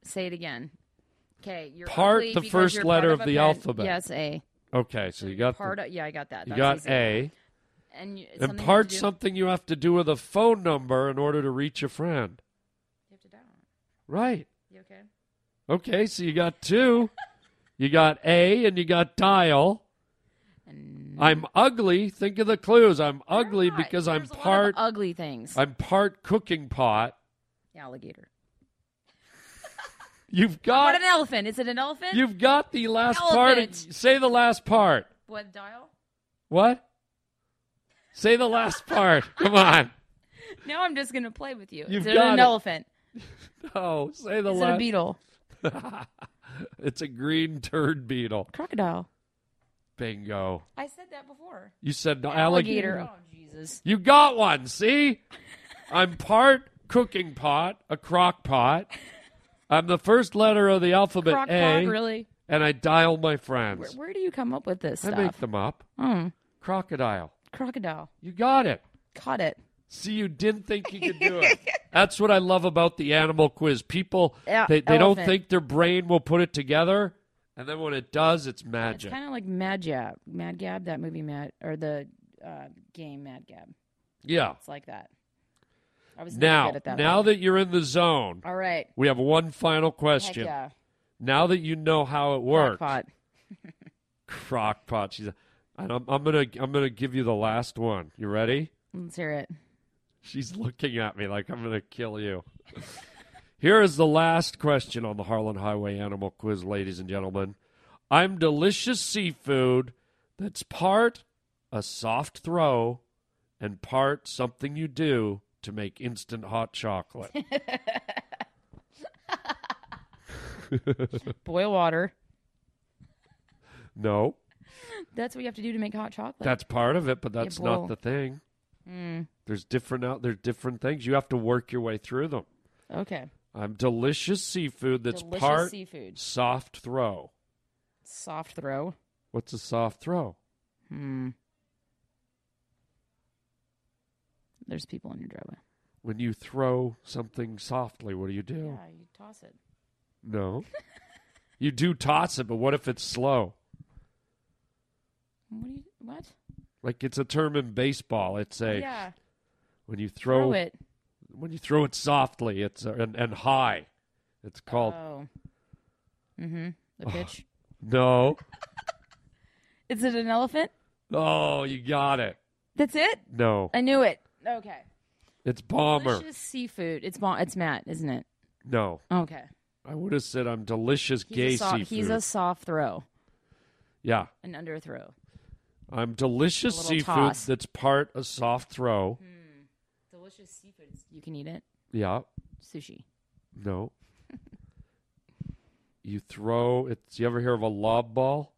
Speaker 8: Say it again. Okay, you're
Speaker 1: Part
Speaker 8: ugly
Speaker 1: the
Speaker 8: because
Speaker 1: first
Speaker 8: you're
Speaker 1: letter
Speaker 8: part
Speaker 1: of
Speaker 8: a
Speaker 1: the
Speaker 8: pen-
Speaker 1: alphabet.
Speaker 8: Yes, A.
Speaker 1: Okay, so you got the-
Speaker 8: part. of, yeah, I got that.
Speaker 1: you
Speaker 8: That
Speaker 1: got
Speaker 8: was easy.
Speaker 1: A,
Speaker 8: And, you, it's
Speaker 1: and
Speaker 8: something you have
Speaker 1: part
Speaker 8: to do-
Speaker 1: something you have to do with a phone number in order to reach a friend.
Speaker 8: You have to down.
Speaker 1: Right.
Speaker 8: You okay?
Speaker 1: Okay, so you got two. you got A and you got dial.
Speaker 8: And
Speaker 1: I'm ugly. Think of the clues. I'm ugly
Speaker 8: You're not.
Speaker 1: because I'm
Speaker 8: There's a lot of
Speaker 1: part
Speaker 8: ugly things.
Speaker 1: I'm part cooking pot.
Speaker 8: Alligator.
Speaker 1: You've
Speaker 8: What
Speaker 1: got
Speaker 8: an elephant? Is it an elephant?
Speaker 1: you've got the last part.
Speaker 8: Elephant.
Speaker 1: Say the last part.
Speaker 8: What dial?
Speaker 1: What? Say the last part. Come on.
Speaker 8: Now I'm just gonna play with you.
Speaker 1: You've
Speaker 8: is it
Speaker 1: got
Speaker 8: an
Speaker 1: it.
Speaker 8: elephant?
Speaker 1: No, say the
Speaker 8: Is it a
Speaker 1: last.
Speaker 8: beetle?
Speaker 1: it's a green turd beetle.
Speaker 8: Crocodile.
Speaker 1: Bingo.
Speaker 8: I said that before.
Speaker 1: You said no,
Speaker 8: Alligator.
Speaker 1: alligator.
Speaker 8: Oh Jesus.
Speaker 1: You got one, see? I'm part cooking pot, a crock pot. I'm the first letter of the alphabet
Speaker 8: Croc
Speaker 1: A,
Speaker 8: pot, really?
Speaker 1: and I dial my
Speaker 8: Where,
Speaker 1: friends.
Speaker 8: where do you come up with this
Speaker 1: I
Speaker 8: stuff?
Speaker 1: make them up.
Speaker 8: Mm.
Speaker 1: Crocodile.
Speaker 8: Crocodile.
Speaker 1: You got it.
Speaker 8: Caught it.
Speaker 1: See, you didn't think you could do it. That's what I love about the animal quiz. People,
Speaker 8: Yeah,
Speaker 1: they, they don't
Speaker 8: elephant.
Speaker 1: think their brain will put it together, and then when it does, it's
Speaker 8: It's
Speaker 1: magic.
Speaker 8: kind of like Mad Gab. Mad Gab, that movie Mad or the uh, game Mad Gab.
Speaker 1: yeah.
Speaker 8: It's like that. I was not
Speaker 1: Now,
Speaker 8: good at that.
Speaker 1: now
Speaker 8: one.
Speaker 1: that you're in the zone,
Speaker 8: all right.
Speaker 1: we have one final
Speaker 8: Heck
Speaker 1: question.
Speaker 8: yeah.
Speaker 1: Now that you know how it works,
Speaker 8: Crockpot.
Speaker 1: crock pot. She's. And I'm, I'm gonna I'm gonna give you the last one. You ready?
Speaker 8: Let's hear it.
Speaker 1: She's looking at me like I'm gonna kill you. Here is the last question on the Harlan Highway Animal Quiz, ladies and gentlemen. I'm delicious seafood that's part a soft throw and part something you do to make instant hot chocolate.
Speaker 8: Boil water.
Speaker 1: no,
Speaker 8: That's what you have to do to make hot chocolate. Hmm.
Speaker 1: that's part of it, but that's not
Speaker 8: boil.
Speaker 1: the thing. There's different out there's different things. You have to work your way through them.
Speaker 8: okay.
Speaker 1: I'm delicious seafood that's
Speaker 8: Delicious
Speaker 1: part
Speaker 8: seafood.
Speaker 1: soft throw.
Speaker 8: Soft throw.
Speaker 1: What's a soft throw?
Speaker 8: Hmm. There's people in your driveway.
Speaker 1: When you throw something softly, what do you do?
Speaker 8: Yeah, you toss it.
Speaker 1: No. you do toss it, but what if it's slow?
Speaker 8: What do you? What? Oh,
Speaker 1: Like it's a term in baseball. It's a
Speaker 8: yeah.
Speaker 1: when you throw,
Speaker 8: Throw, it.
Speaker 1: when you throw it softly, it's a, and, and high. It's called
Speaker 8: Oh. Mm-hmm. The pitch.
Speaker 1: no.
Speaker 8: Is it an elephant?
Speaker 1: Oh, you got it.
Speaker 8: That's it.
Speaker 1: No,
Speaker 8: I knew it. Okay.
Speaker 1: it's bomber.
Speaker 8: Delicious seafood. It's bon- It's Matt, isn't it?
Speaker 1: No,
Speaker 8: Okay.
Speaker 1: I would have said I'm delicious
Speaker 8: He's
Speaker 1: gay
Speaker 8: a soft,
Speaker 1: seafood.
Speaker 8: He's a soft throw,
Speaker 1: yeah,
Speaker 8: an under throw.
Speaker 1: I'm Um, delicious
Speaker 8: A little
Speaker 1: seafood
Speaker 8: toss.
Speaker 1: that's part a soft throw.
Speaker 8: Delicious seafood. You can eat it.
Speaker 1: Yeah,
Speaker 8: Sushi.
Speaker 1: no. you throw. It's you ever hear of a lob ball?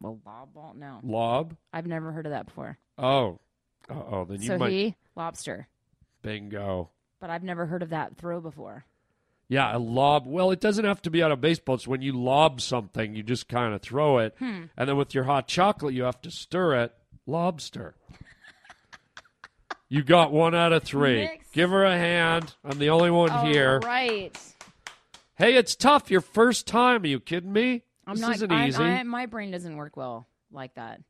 Speaker 8: Well, lob ball. No,
Speaker 1: Lob.
Speaker 8: I've never heard of that before.
Speaker 1: Oh, uh oh. Then you
Speaker 8: so
Speaker 1: might
Speaker 8: he lobster,
Speaker 1: bingo.
Speaker 8: but I've never heard of that throw before.
Speaker 1: Yeah, a lob. Well, it doesn't have to be out of baseball. It's when you lob something, you just kind of throw it,
Speaker 8: Hmm.
Speaker 1: and then with your hot chocolate, you have to stir it. Lobster. you got one out of three.
Speaker 8: Mix. Oh,
Speaker 1: Give her a hand. I'm the only one here.
Speaker 8: right.
Speaker 1: Hey, it's tough. Your first time. Are you kidding me?
Speaker 8: I'm
Speaker 1: this
Speaker 8: not.
Speaker 1: isn't
Speaker 8: I-
Speaker 1: easy.
Speaker 8: I- my brain doesn't work well like that.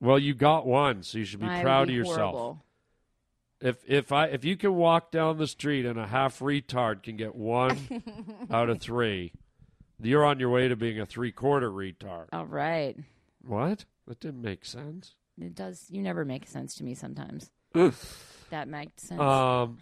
Speaker 1: well, you got one, so you should be
Speaker 8: I would
Speaker 1: proud
Speaker 8: be
Speaker 1: of yourself.
Speaker 8: horrible.
Speaker 1: If if I if you can walk down the street and a half retard can get one out of three, you're on your way to being a three quarter retard.
Speaker 8: All right.
Speaker 1: What? That didn't make sense.
Speaker 8: It does. You never make sense to me sometimes. That makes sense.
Speaker 1: Um,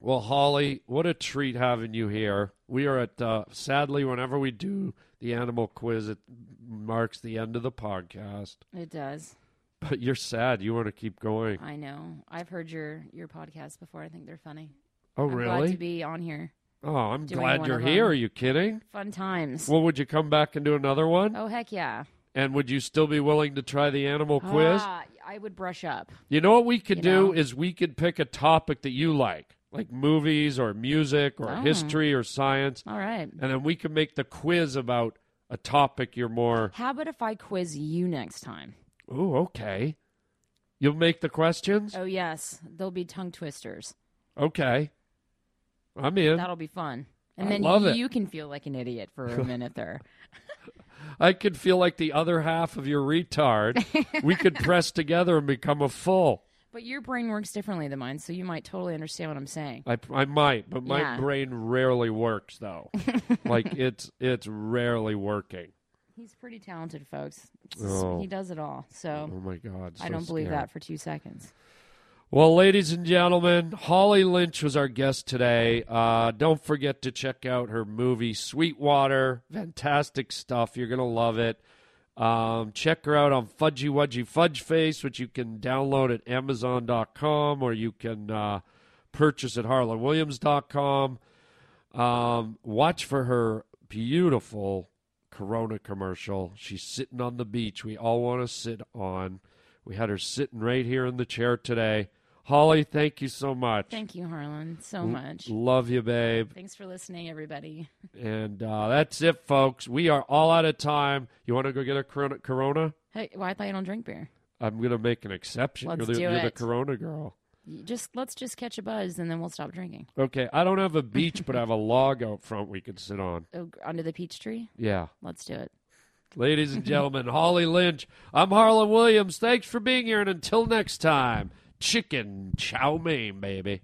Speaker 1: well, Holly, what a treat having you here. We are at, uh, sadly, whenever we do the animal quiz, it marks the end of the podcast.
Speaker 8: it does.
Speaker 1: But you're sad. You want to keep going.
Speaker 8: I know. I've heard your your podcasts before. I think they're funny.
Speaker 1: Oh,
Speaker 8: I'm Glad
Speaker 1: really?
Speaker 8: to be on here.
Speaker 1: oh, I'm
Speaker 8: doing
Speaker 1: glad
Speaker 8: one
Speaker 1: you're
Speaker 8: of 'em.
Speaker 1: here. Are you kidding?
Speaker 8: Fun times.
Speaker 1: Well, would you come back and do another one?
Speaker 8: oh heck yeah.
Speaker 1: And would you still be willing to try the animal quiz?
Speaker 8: Ah, I would brush up.
Speaker 1: You know what we could
Speaker 8: You
Speaker 1: do
Speaker 8: know?
Speaker 1: is we could pick a topic that you like, like movies or music or
Speaker 8: Oh.
Speaker 1: history or science,
Speaker 8: All right.
Speaker 1: and then we can make the quiz about a topic you're more.
Speaker 8: How about if I quiz you next time?
Speaker 1: Ooh, okay. You'll make the questions.
Speaker 8: Oh yes, there'll be tongue twisters.
Speaker 1: Okay, I'm in.
Speaker 8: That'll be fun. And
Speaker 1: I
Speaker 8: then
Speaker 1: love it.
Speaker 8: you can feel like an idiot for a minute there.
Speaker 1: I could feel like the other half of your retard. we could press together and become a full.
Speaker 8: But your brain works differently than mine, so you might totally understand what I'm saying.
Speaker 1: I, I might, but my
Speaker 8: Yeah.
Speaker 1: brain rarely works though. like it's it's rarely working.
Speaker 8: He's pretty talented, folks.
Speaker 1: Oh.
Speaker 8: He does it all.
Speaker 1: Oh
Speaker 8: So
Speaker 1: my god!
Speaker 8: I
Speaker 1: so
Speaker 8: don't believe
Speaker 1: scary.
Speaker 8: that for two seconds.
Speaker 1: Well, ladies and gentlemen, Holly Lynch was our guest today. Uh, don't forget to check out her movie Sweetwater. Fantastic stuff. You're going to love it. Um, check her out on Fudgy Wudgy Fudge Face, which you can download at Amazon.com or you can uh, purchase at HarlanWilliams.com. Um, watch for her beautiful Corona commercial. She's sitting on the beach. We all want to sit on. We had her sitting right here in the chair today. Holly, thank you so much.
Speaker 8: Thank you, Harlan, so much.
Speaker 1: Love you, babe.
Speaker 8: Thanks for listening, everybody.
Speaker 1: And uh, that's it, folks. We are all out of time. You want to go get a Corona? corona?
Speaker 8: Hey, why I thought you don't drink beer?
Speaker 1: I'm going to make an exception.
Speaker 8: Let's
Speaker 1: you're the,
Speaker 8: do
Speaker 1: you're the
Speaker 8: it.
Speaker 1: Corona girl.
Speaker 8: You Just let's just catch a buzz and then we'll stop drinking.
Speaker 1: Okay, I don't have a beach, but I have a log out front we can sit on.
Speaker 8: Oh, g- under the peach tree.
Speaker 1: Yeah.
Speaker 8: Let's do it.
Speaker 1: Ladies and gentlemen, Holly Lynch, I'm Harlan Williams. Thanks for being here. And until next time, chicken chow mein, baby.